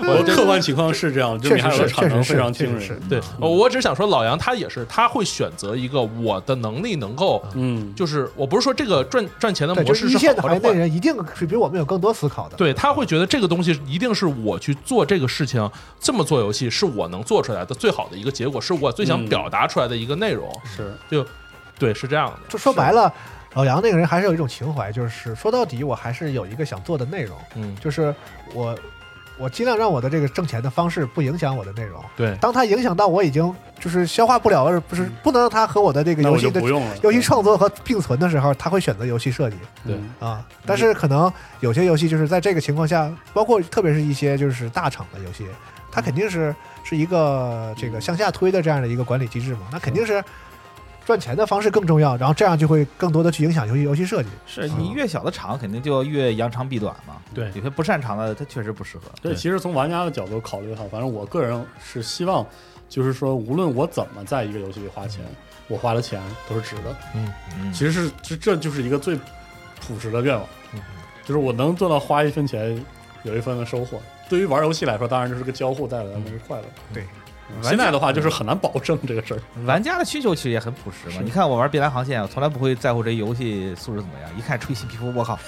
我的客观情况是这样，就
确
米
实
海尔
是，
的产
确
能
实
非常
是，
惊
确实
人。
是。
[laughs] 对，呃我只是想说，老杨他也是，他会选择一个我的能力能够，
嗯，
就是我不是说这个赚赚钱的
对，
模
就
式
是一
是
线的
好
行
还
业
是坏
内，人一定是比我们有更多思考的。
对他会觉得这个东西一定是我去做这个事情，这么做游戏是我能做出来的最好的一个结果，是我最想
嗯
表达出来的一个内容。
是
就对，是这样的。
就说白了，老杨那个人还是有一种情怀，就是说到底，我还是有一个想做的内容，
嗯，
就是我我尽量让我的这个挣钱的方式不影响我的内容。
对，
当它影响到我已经就是消化不了，而不是不能让它和我的这个
那
游
我
戏
就
的
不用了。
游戏创作和并存的时候，他会选择游戏设计
对
嗯
啊。但是可能有些游戏就是在这个情况下，包括特别是一些就是大厂的游戏，它肯定是是一个这个向下推的这样的一个管理机制嘛，那肯定是。赚钱的方式更重要，然后这样就会更多的去影响游戏游戏设计。
是
嗯
你越小的厂肯定就越扬长避短嘛。
嗯
对
有些不擅长的他确实不适合。
对，其实从玩家的角度考虑的话，反正我个人是希望，就是说，无论我怎么在一个游戏里花钱，我花的钱都是值的。
嗯
其实是这这就是一个最朴实的愿望，就是我能做到花一分钱有一分的收获。对于玩游戏来说，当然这是个交互带来的那是快乐。
对
嗯，现在的话就是很难保证这个事儿。
玩家的需求其实也很朴实嘛。你看我玩《碧蓝航线》，我从来不会在乎这游戏素质怎么样，一看出一新皮肤，
[laughs]
我靠，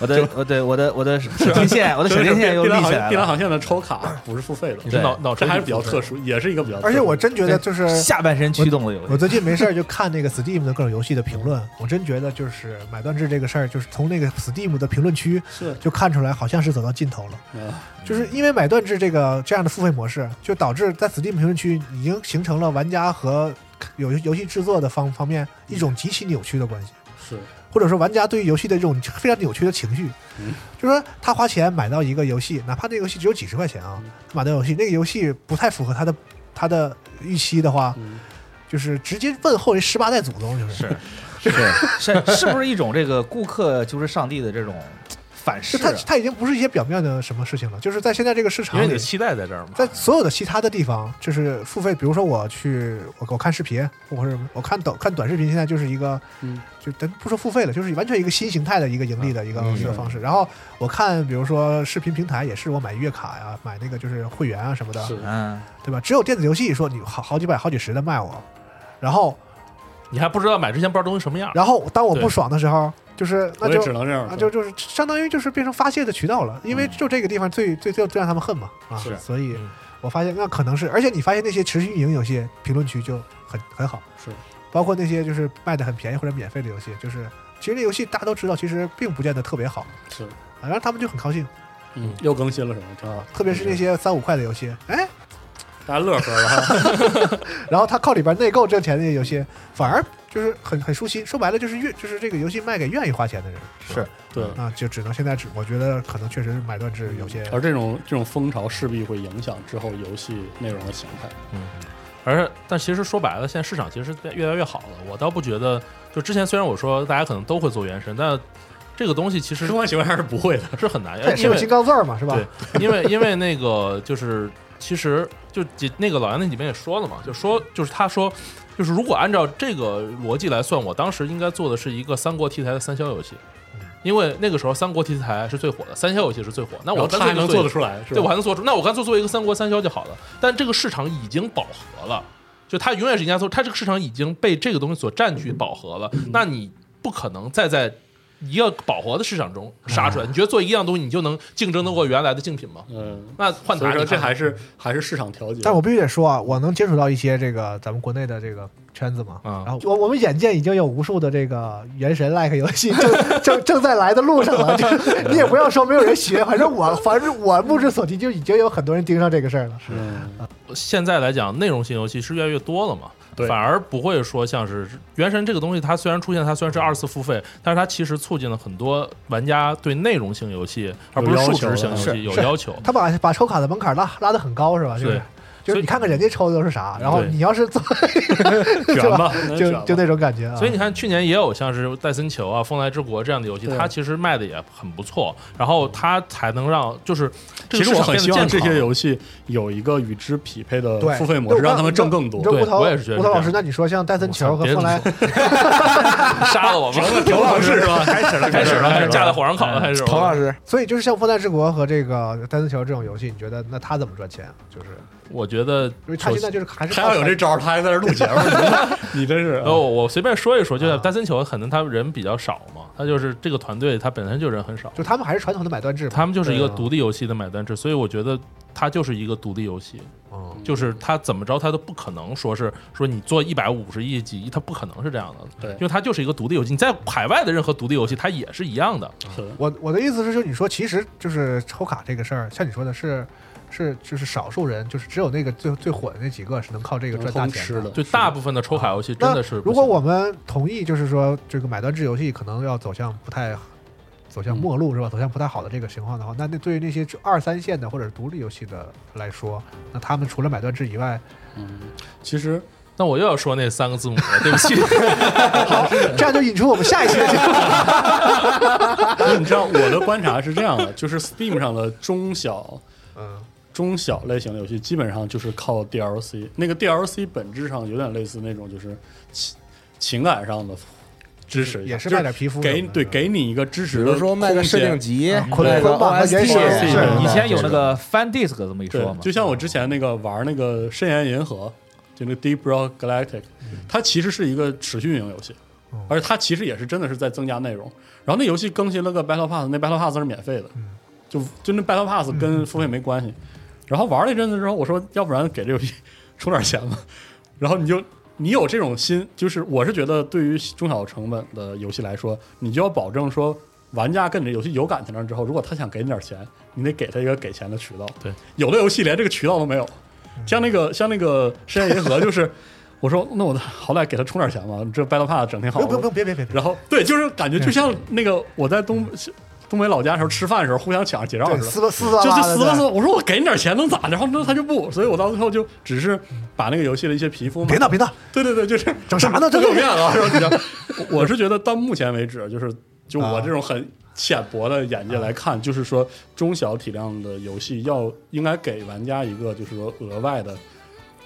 我的我的我的我的水晶线，我的水晶线又
碧
立
蓝
起
航
来
线，碧蓝
了。
航线的抽卡不是付费的，
你是脑脑
这
垂
还是
体
比较
肤质
特殊，也是一个比较特殊。
而且我真觉得就是 [laughs]
下半身驱动的游
我
戏，
最近没事儿就看那个 Steam 的各种游戏的评论，我真觉得就是买断制这个事儿，就是从那个 Steam 的评论区
是
就看出来，好像是走到尽头了。
嗯
就是因为买断制这个这样的付费模式，就导致在 Steam 评论区已经形成了玩家和游游戏制作的方方面一种极其扭曲的关系，
是
或者说玩家对于游戏的这种非常扭曲的情绪
嗯。
就是说他花钱买到一个游戏，哪怕那个游戏只有几十块钱
嗯
啊，买到游戏那个游戏不太符合他的他的预期的话，
嗯
就是直接问候人十八代祖宗，就是
是是是不是一种这个顾客就是上帝的这种反噬
就
啊？
他他已经不是一些表面的什么事情了，就是在现在这个市
因
场
为
里
你的，期待在这儿嘛。
在所有的其他的地方，就是付费，比如说我去我我看视频，或者我看短看短视频，现在就是一个，
嗯
就咱不说付费了，就是完全一个新形态的一个盈利的一个、
嗯
一个
是
方式。然后我看，比如说视频平台也是我买月卡呀，买那个就是会员啊什么的，
是
嗯，
对吧？只有电子游戏说你好好几百好几十的卖我，然后
你还不知道买之前不知道东西什么样。
然后当我不
对
爽的时候，就是那
我也
就
只能这样
啊，
说。
就就是相当于就是变成发泄的渠道了，因为就这个地方最最最最让他们恨嘛啊，
是
所以
嗯
我发现那可能是，而且你发现那些持续运营游戏评论区就很很好，
是
包括那些就是卖的很便宜或者免费的游戏，就是其实那游戏大家都知道，其实并不见得特别好，
是
啊然后他们就很高兴，
嗯，又更新了什么？挺好，
特别是那些三五块的游戏，哎，
大家乐呵
[laughs]
了哈。
然后他靠里边内购挣钱的那些游戏，反而就是很很舒心，说白了就是愿就是这个游戏卖给愿意花钱的人
对，
啊，就只能现在只我觉得可能确实是买断制有些
嗯而这种这种风潮势必会影响之后游戏内容的形态。
而但其实说白了，现在市场其实是越来越好了。我倒不觉得，就之前虽然我说大家可能都会做原神，但这个东西其实
客观情况下是不会的。
是很难，
它也是
因
个
为
金刚钻嘛，是吧？
因为因为那个就是其实就几那个老杨那里面也说了嘛，就说就是他说就是如果按照这个逻辑来算，我当时应该做的是一个三国题材的三消游戏，
嗯
因为那个时候三国题材是最火的，三消游戏是最火。那
然
我
后
干
他还
脆就
能
做
做
一个
得出来，是吧？
对，我还能做出。那我干脆做一个三国三消就好了。但这个市场已经饱和了，就它永远
嗯
是人家做，它这个市场已经被这个东西所占据饱和了。那你不可能再在一个饱和的市场中
嗯
杀出来。你觉得做一样东西，你就能竞争得过原来的竞品吗？
嗯，
那换
所
台
以说
你
这
看嗯
还是还是市场调节。
但我必须得说啊，我能接触到一些这个咱们国内的这个圈子嘛，
嗯
然后我我们眼见已经有无数的这个原神 like 游戏正 [laughs] 正正在来的路上
[laughs]
了，就是你也不要说没有人学，反正我 [laughs] 反正我目之所及就已经有很多人盯上这个事儿了。
嗯
[laughs]
现在来讲，内容型游戏是越来越多了嘛，
对
反而不会说像是《原神》这个东西，它虽然出现，它虽然是二次付费，但是它其实促进了很多玩家对内容性游戏，而不是数值型游戏有
是
要求。
他把把抽卡的门槛拉拉得很高是吧？就是
对
就
所
是
以
你看看人家抽的都是啥，然后
对
你要是做
[laughs]
卷吧，
就
卷吧
就那种感觉啊。
所以你看，去年也有像是《戴森球》啊、《风来之国》这样的游戏，
对
它其实卖的也很不错，然后它才能让就是这
其实
个市
我
场
很
变
希
得
望这
健
些
康。
游戏有一个与之匹配的
对
付费模式，
对
让他们挣更多
你。说
对
吴头，
我也是觉得
吴
是
头
这
老
样
师，那你说像戴森球和
别这
风
么
来，
[laughs] 杀了我们，
刘老师是吧？
开始了，
[laughs] 开始了，开哎始架在
了。
火上烤了，开始了。
彭老师，
所以就是像《风来之国》和这个《戴森球》这种游戏，你觉得那他怎么赚钱啊？就是
我觉得
因为他现在就是还是
还要有这招儿，他还在这儿录
[laughs]
节目，你你真是啊
呃，我我随便说一说，就
啊
是戴森球，可能他人比较少嘛，他就是这个团队，他本身就人很少，
就他们还是传统的买断制嘛。
他们就是一个
对啊
独立游戏的买单制，所以我觉得它就是一个独立游戏，
嗯
就是它怎么着，它都不可能说是说你做一百五十亿几亿，它不可能是这样的，
对
因为它就是一个独立游戏。你在海外的任何独立游戏，它也是一样的，
是
我我的意思是，就你说，其实就是抽卡这个事儿，像你说的是，是就是少数人，就是只有那个最最火的那几个是能靠这个
能
赚大
通
钱
吃的。。
就大部分的抽卡游戏真
那
的是不行。
如果我们同意，就是说这个买断制游戏可能要走向不太走
嗯
向末路是吧？走向不太好的这个情况的话，那那对于那些二三线的或者是独立游戏的来说，那他们除了买断制以外，
[laughs] 其实
那我又要说那三个字母了，对不起，
这样就引出我们下一
[laughs]
期的节目。
因为你知道我的观察是这样的，就是 Steam 上的中小
嗯，
中小类型的游戏，基本上就是靠 DLC。那个 DLC 本质上有点类似那种就是情情感上的支持，
也是
就
卖点皮肤什么的，嗯
给对给你一个支
比
持的空啊间，
如说卖个设定集，
空
卖
间
个
捆绑和原
OST
始
什么的
以前有那
这种
个 fan disc 这么一说
对
嘛，，嗯
就像我之前那个玩那个《深渊银河》，就那个 Deep Rock Galactic，它
嗯
其实是一个持续运营游戏，
哦
而且它其实也是真的是在增加内容。然后那游戏更新了个 Battle Pass，那 Battle Pass 是免费的，
嗯
就就那 Battle Pass 跟付费没关系。然后玩了一阵子之后，我说要不然给这游戏 [laughs] 充点钱吧。然后你就你有这种心，就是我是觉得对于中小成本的游戏来说，你就要保证说。玩家跟你这游戏有感情了之后，如果他想给你点钱，你得给他一个给钱的渠道。有的游戏连这个渠道都没有，像那个像那个《深夜银河》，就是我说那我好歹给他充点钱吧，这 Battle Pass 整天
不
好
用不用不用别别别别，
然后对，就是感觉就像那个我在东 [laughs] 东北老家的时候吃饭的时候互相抢着结账
对
似的。
撕吧撕吧
就
拉的
就撕吧
对
撕吧，我说我给你点钱能咋的？然后那他就不，所以我到最后就只是把那个游戏的一些皮肤嘛，
别闹别闹，
对对对，就是啊
整啥呢
不
这
给
嗯都是
面了，是吧？你知道我我是觉得到目前为止，就是就我
啊
这种很浅薄的眼界来看，就是说中小体量的游戏要应该给玩家一个就是说额外的，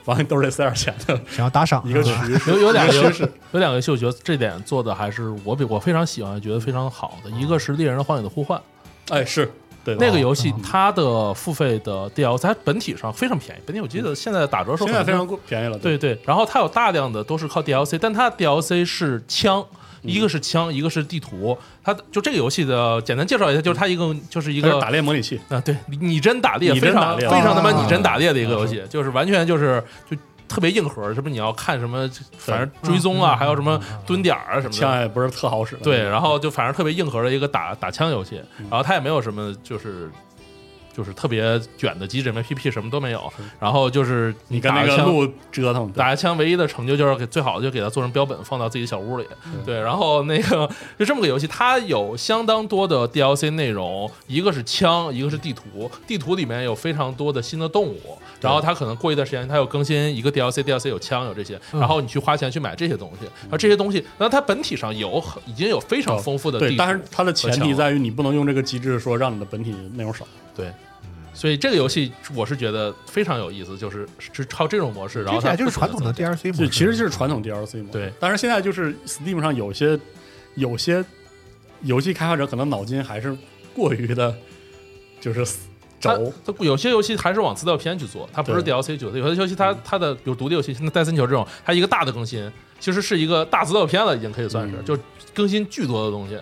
完了都是得塞点钱的
想要打赏
一个
是
渠
吧
有
有
有两个游
趋
戏
势，
有两个游戏，我觉得这点做的还是我比我非常喜欢，觉得非常好的，一个是《猎人的荒野的呼唤》。
哎是对的
那个游戏它的付费的 DLC，它本体上非常便宜，本体我记得现在打折的时候
现在
可
非
能
常便宜了，
对对，然后它有大量的都是靠 DLC，但它的 DLC 是枪。一个是枪，一个是地图。它就这个游戏的简单介绍一下，就是它一个就是一
它是
个
打猎模拟器，
啊，对，拟真打猎，
拟真
非
打
常
猎啊
非常他妈
啊
拟真打猎的一个游戏，就是完全就是就特别硬核，什么你要看什么，反正追踪啊，还有什
嗯
么蹲点儿啊什么的，
枪也不是特好使的，
对，然后就反正特别硬核的一个打打枪游戏，
嗯
然后它也没有什么就是就是特别卷的机制，没 PP 什么都没有，然后就是
嗯你
你
跟
打
那个
了枪。
鹿折腾，
打了枪唯一的成就就是给最好的就给它做成标本放到自己小屋里，
嗯
对，然后那个就这么个游戏，它有相当多的 DLC 内容，一个是枪，一个是地图，地图里面有非常多的新的动物，然后它可能过一段时间它又更新一个 DLC，DLC 有枪有这些，
嗯
然后你去花钱去买这些东西，然后这些东西，那它本体上有很已经有非
哦
常丰富的地
对，
图，
但是它的前
和
提
枪
在于你不能用这个机制说让你的本体内容少，
对。所以这个游戏我是觉得非常有意思，就是是靠这种模式，然
听
后
起
它
来就是
不停地
传统的
增加
DLC 模
就
式，
其实就是传统 DLC 嘛。
对
但是现在就是 Steam 上有些有些游戏开发者可能脑筋还是过于的，就是轴。
它它有些游戏还是往资料片去做，它不是
对嗯
DLC 做的。有些游戏它它的有独立游戏，像《戴森球》这种，它一个大的更新，其实是一个大资料片了，已经可以算是，
嗯
就更新巨多的东西。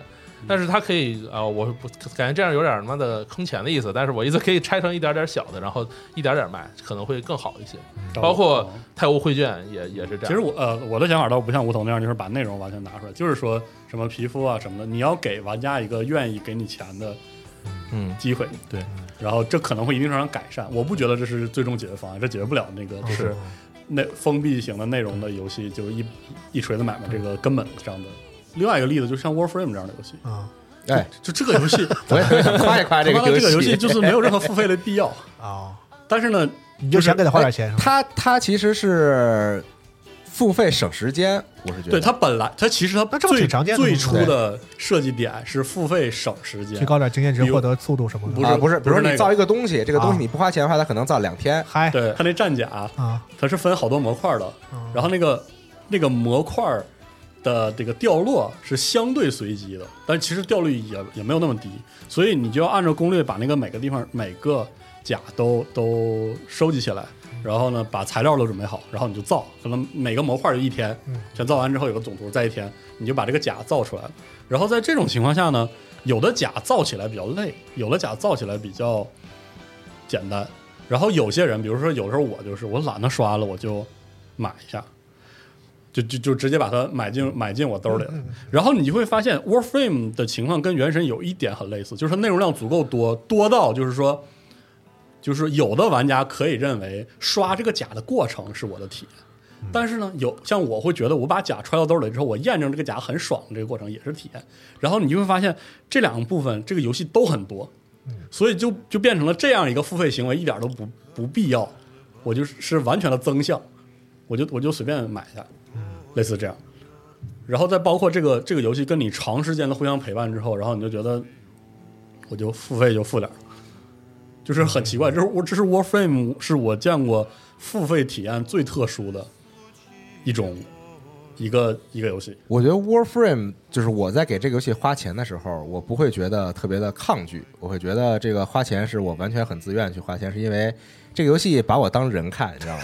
但是它可以啊、我不感觉这样有点儿他妈的坑钱的意思，但是我意思可以拆成一点点小的，然后一点点卖，可能会更好一些。包括泰晤会券也也是这
哦
样。
其实我呃我的想法倒不像吴桐那样，就是把内容完全拿出来，就是说什么皮肤啊什么的，你要给玩家一个愿意给你钱的
嗯，
机会，
对，
然后这可能会一定程度上改善。我不觉得这是最终解决方案，这解决不了那个就是内封闭型的内容的游戏，就是一一锤子买卖这个根本上的。另外一个例子，就像 Warframe 这样的游戏，
啊
哎，
就这个
[laughs]
游戏，
我也特别想夸一
他
夸这
[laughs]
个
妈的这个游
游
戏就是没有任何付费的
[laughs]
必要。
啊，
但是哎呢，
你就想给他花点钱是吧？
它它其实是付费省时间，我是觉得。
对它本来它其实它
那这不
最
挺常见的吗
最初的设计点是付费省时间
提，高点经验值，获得速度什么
不
的。
是
啊不是，比
不
如
是
说
那
你
个
造一个东西，这个东
啊
西你不花钱的话，它可能造两天。
嗨
对它那战甲，
啊，
它是分好多模块的，
嗯
然后那个那个模块儿的这个掉落是相对随机的，但其实掉率也也没有那么低，所以你就要按照攻略把那个每个地方每个甲都都收集起来，然后呢把材料都准备好，然后你就造，可能每个模块就一天，全造完之后有个总图，再一天你就把这个甲造出来了。然后在这种情况下呢，有的甲造起来比较累，有的甲造起来比较简单。然后有些人，比如说有时候我就是我懒得刷了，我就买一下，就就就直接把它买进买进我兜里了。然后你就会发现 Warframe 的情况跟原神有一点很类似，就是它内容量足够多，多到就是说。就是有的玩家可以认为刷这个甲的过程是我的体验，但是呢，有像我会觉得我把甲揣到兜里之后，我验证这个甲很爽，这个过程也是体验。然后你就会发现这两个部分，这个游戏都很多，所以就就变成了这样一个付费行为，一点都不不必要。我就是是完全的增项，我就我就随便买一下，类似这样。然后再包括这个这个游戏跟你长时间的互相陪伴之后，然后你就觉得我就付费就付点儿，就是很奇怪，这是我这是 Warframe 是我见过付费体验最特殊的一种一个一个游戏。
我觉得 Warframe 就是我在给这个游戏花钱的时候，我不会觉得特别的抗拒，我会觉得这个花钱是我完全很自愿去花钱，是因为这个游戏把我当人看，你知道吗？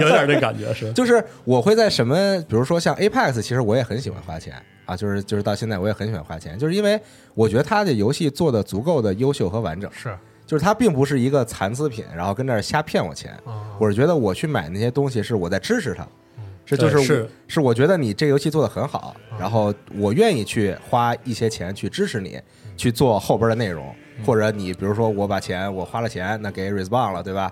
有点这感觉是。 [laughs]
就是我会在什么，比如说像 Apex，其实我也很喜欢花钱啊，就是就是到现在我也很喜欢花钱，就是因为我觉得它的游戏做的足够的优秀和完整，
是
就是它并不是一个残次品，然后跟那儿瞎骗我钱。
啊，嗯
我是觉得我去买那些东西是我在支持它，这就
对
是我
是
是我觉得你这个游戏做的很好，
啊
然后我愿意去花一些钱去支持你
嗯
去做后边的内容，或者你比如说我把钱我花了钱，那给 Respawn 了，对吧？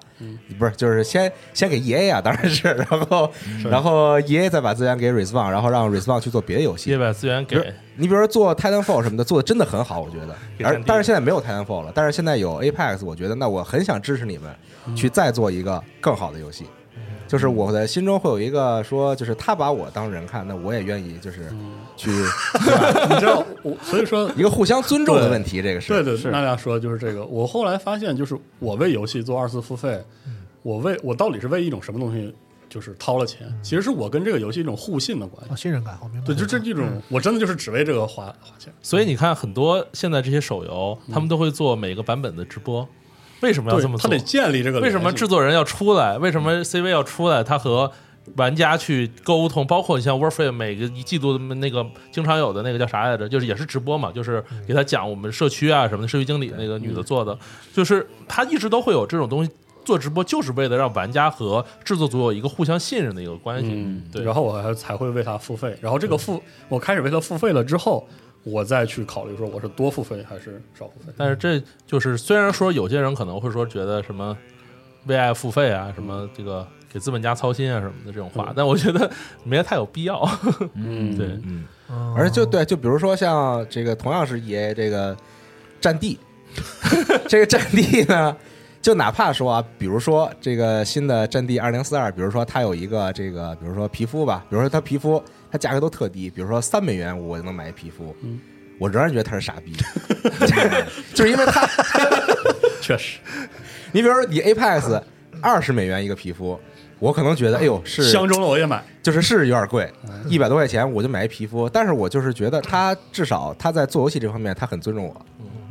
不是，就是先先给 EA 啊，当然是， [laughs] 然后然后 EA 再把资源给 Respawn，然后让 Respawn 去做别的游戏
也。把资源
比如
给
你比如说做 Titanfall 什么的，做的真的很好，我觉得。
给
而
战地
但是现在没有 Titanfall 了，但是现在有 Apex，我觉得那我很想支持你们去再做一个更好的游戏。就是我的心中会有一个说，就是他把我当人看，那我也愿意就是去
你知道，我所以说
一个互相尊重的问题，这个是
对对，娜娜说的就是这个。我后来发现，就是我为游戏做二次付费，我为我到底是为一种什么东西，就是掏了钱，其实是我跟这个游戏一种互信的关系
哦，。信任感，我明白。
对，就这这种，我真的就是只为这个花花钱。
所以你看，很多现在这些手游，他们都会做每个版本的直播。为什么要这么
嗯他
做？
得建立这个。
为什么制？作人要出来？为什
嗯
么 CV 要出来？他和玩家去沟通，包括你像 Warframe 每个一季度的那个经常有的那个叫啥来着？就是也是直播嘛，就是
嗯
给他讲我们社区啊什么的，社区经理那个女的做的，就是他一直都会有这种东西。做直播就是为了让玩家和制作组有一个互相信任的一个关系。
嗯，
对。
然后我还才会为它付费。然后这个付，我开始为它付费了之后，我再去考虑说我是多付费还是少付费。
但是这就是虽然说有些人可能会说觉得什么为爱付费啊，什么这个给资本家操心啊什么的这种话，但我觉得没太有必要。
嗯
对，
嗯，
而就对，就比如说像这个同样是 EA 这个《战地》，这个《战地》呢，就哪怕说啊，比如说这个新的《战地二零四二》，比如说它有一个这个，比如说皮肤吧，比如说它皮肤它价格都特低，比如说三美元我就能买一皮肤，我仍然觉得它是傻逼， [laughs] 就是因为它，
[laughs] 确实
你比如说你 Apex 二十美元一个皮肤。我可能觉得，哎呦，是
相中了我也买。
就是是有点贵，
嗯
一百多块钱我就买一皮肤，但是我就是觉得他至少他在做游戏这方面他很尊重我，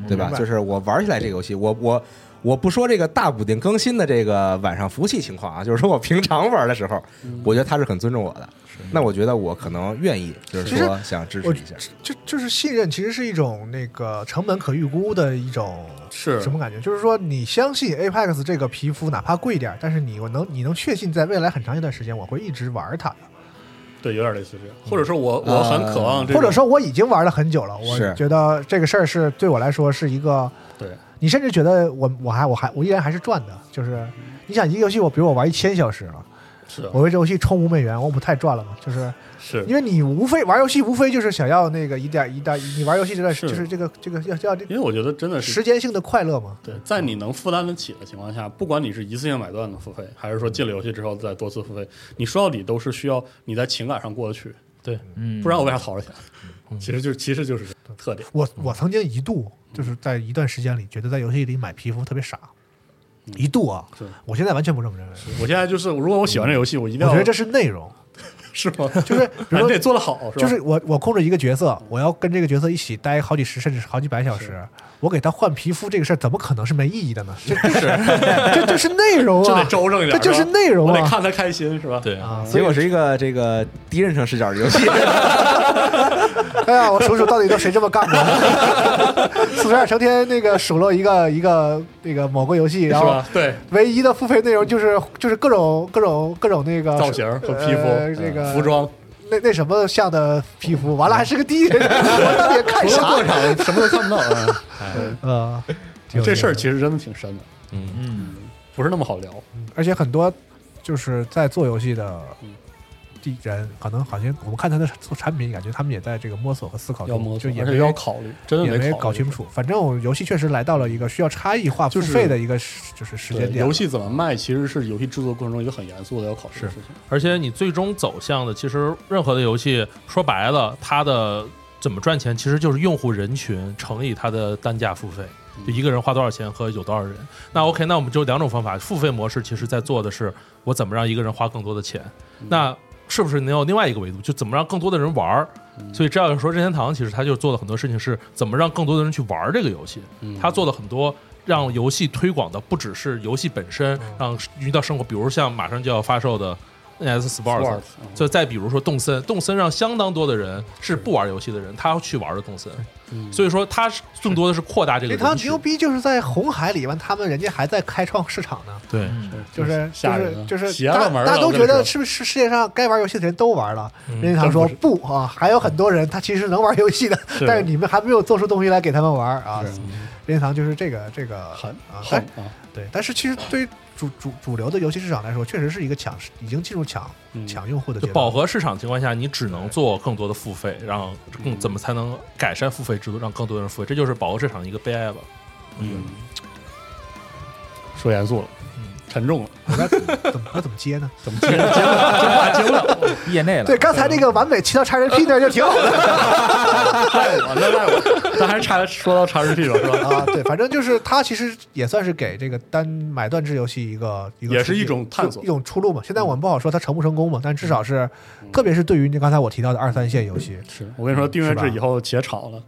对吧？
嗯明白
就是我玩起来这个游戏，我我我不说这个大补丁更新的这个晚上服务器情况啊，就是说我平常玩的时候，
嗯
我觉得他是很尊重我的。那我觉得我可能愿意，就是
其实
说想支持
我
一下。
就就是信任，其实是一种那个成本可预估的一种
是
什么感觉？就是说你相信 Apex 这个皮肤哪怕贵一点，但是你我能你能确信在未来很长一段时间我会一直玩它的，
对，有点类似这样，或者说我我很渴望这种，
或者说我已经玩了很久了，我
是
觉得这个事儿是对我来说是一个
对，
你甚至觉得我我还我还我依然还是赚的，就是你想一个游戏我比如我玩一千小时了，
是啊
我为这游戏充五美元，我不太赚了吗？就是。
是
因为你无非玩游戏，无非就是想要那个一点一点，你玩游戏这段
是
就是这个这个要要这
因为我觉得真的是
时间性的快乐嘛。
对，在你能负担得起的情况下，不管你是一次性买断的付费，还是说进了游戏之后再多次付费，你说到底都是需要你在情感上过得去，
嗯，
不然我为啥掏了钱？
嗯
其实就是其实就是这特点，
我我曾经一度就是在一段时间里，觉得在游戏里买皮肤特别傻，一度啊
嗯是，
我现在完全不这么认为。
我现在就是，如果我喜欢这游戏，我一定
我
要
觉得这是内容，
是吗？
就是比
哎
如
你
说
得做得好，是吧？
就是我我控制一个角色，我要跟这个角色一起待好几十甚至是好几百小时，我给他换皮肤这个事儿怎么可能是没意义的呢？这这是这这是内容
这得
啊，
周正一点，
这就是
吧
内容
我得
啊
看他开心，是吧？
[laughs] 对，
啊！所
结
以
果是一个这个第一人称视角的游戏，
哎呀，我数数到底都谁这么干过？
[laughs]
四十二成天那个数落一个一个那个某个游戏，
是
然后
吧？对，
唯一的付费内容就是就是各种各种各种那个
造型和皮肤嗯
呃、这个
服装，
那那什么像的皮肤，完了还是个第一
[laughs]
人，我到底看哎
除了
啥？
过
[laughs]
场什么都看不到啊。
呃，挺有意思
这
的
事儿其实真的挺深的，
嗯，
嗯，
不是那么好聊。
而且很多就是在做游戏的
嗯
地人，可能好像我们看他的做产品，感觉他们也在这个摸索和思考中，
要摸索，
就也
而且
没
要考虑，真的
也没
得
搞清
楚。
楚。反正游戏确实来到了一个需要差异化付
就是
费的一个时就是时
对
间，点了。
游戏怎么卖，其实是游戏制作过程中一个很严肃的要考虑的事情。
而且你最终走向的，其实任何的游戏说白了，它的怎么赚钱，其实就是用户人群乘以它的单价付费。就一个人花多少钱和有多少人，那 OK，那我们只有两种方法。付费模式其实在做的是我怎么让一个人花更多的钱，那是不是能有另外一个维度，就怎么让更多的人玩儿？所以这要说任天堂其实他就做了很多事情，是怎么让更多的人去玩儿这个游戏。
嗯
他做了很多让游戏推广的，不只是游戏本身，
嗯
让运到生活，比如像马上就要发售的 NS Sports，就再比如说动森，动森让相当多的人是不玩游戏的人，他要去玩的动森，
嗯
所以说他是更多的是扩大这个
这嗯他
人群
牛。逼就是在红海里边，他们人家还在开创市场呢，
对，
就是就
嗯吓人
是
啊，
就是
邪了
大
门儿
大家
了
都
我跟
觉
你
得
说
是不是世界上该玩游戏的人都玩了？
嗯
任天堂说
真
不啊，还有很多人他其实能玩游戏的，
是
但是你们还没有做出东西来给他们玩啊。
是
任天堂就是这个这个
很
啊，
很
但
啊，
对，但是其实对于主主主流的游戏市场来说，确实是一个抢，已经进入抢
嗯
抢用户的
就
阶
饱
段。
和市场情况下，你只能做更多的付费，让更
嗯
怎么才能改善付费制度，让更多的人付费，这就是饱和市场的一个悲哀吧。
嗯，说严肃了，
嗯
沉重
[laughs]
了，
我该怎么怎么我怎么接呢？
怎么接接不了，这话接不了，
业内了。
对，刚才那个完美骑到叉 GP 那儿就挺好的
赖我，那赖我，咱还是插说到叉 GP 吧，是吧？
[laughs] 啊。对，反正就是它其实也算是给这个单买断制游戏一个一个
也是
出
一种探索
一种出路嘛。现在我们不好说它成不成功嘛，但至少是，特别是对于你刚才我提到的二三线游戏，
嗯是我跟你说，订阅制以后且吵了，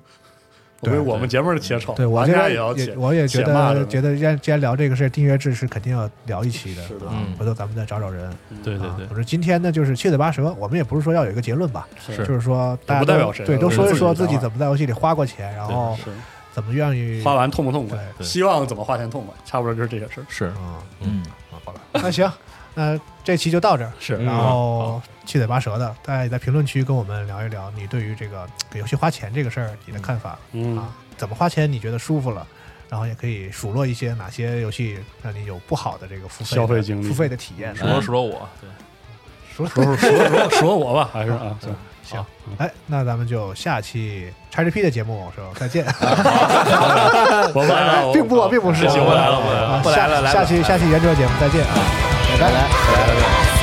我
对
为我们节目是且吵，
对我
玩
这
家
个
也要且
也，我也觉
且骂人
得觉得，既然既然聊这个事儿，订阅制是肯定要聊一期的
是的
啊
嗯。
回头咱们再找找人。啊
对对对
我，说今天呢，就是七嘴八舌，我们也不是说要有一个结论吧，
是
就是说大家
不
都
代表谁
对，
我
都
们
说一
自己
说
的
自己
想法
怎么在游戏里花过钱，然后
是
怎么愿意
花完痛不痛
嗯对
快，
对
希望怎么花钱痛快，差不多就是这些事儿。
是
啊，
嗯，
好了，那行，那这期就到这儿，
是
然后七嘴八舌的，大家也在评论区跟我们聊一聊你对于这个给游戏花钱这个事儿你的看法
嗯
啊，怎么花钱你觉得舒服了？然后也可以数落一些哪些游戏让你有不好的这个付费的
消费经历
付费的体
嗯
验。
数落数落我，对，
数
说说说说说我吧，还是啊，行
行，哎，那咱们就下期 XGP 的节目时候再见。
我啊不来
[laughs]
了，
哎并不，并不是，啊
行，我来了，我来了。
啊，下下期下期圆桌节目再见啊，拜拜。
来来来。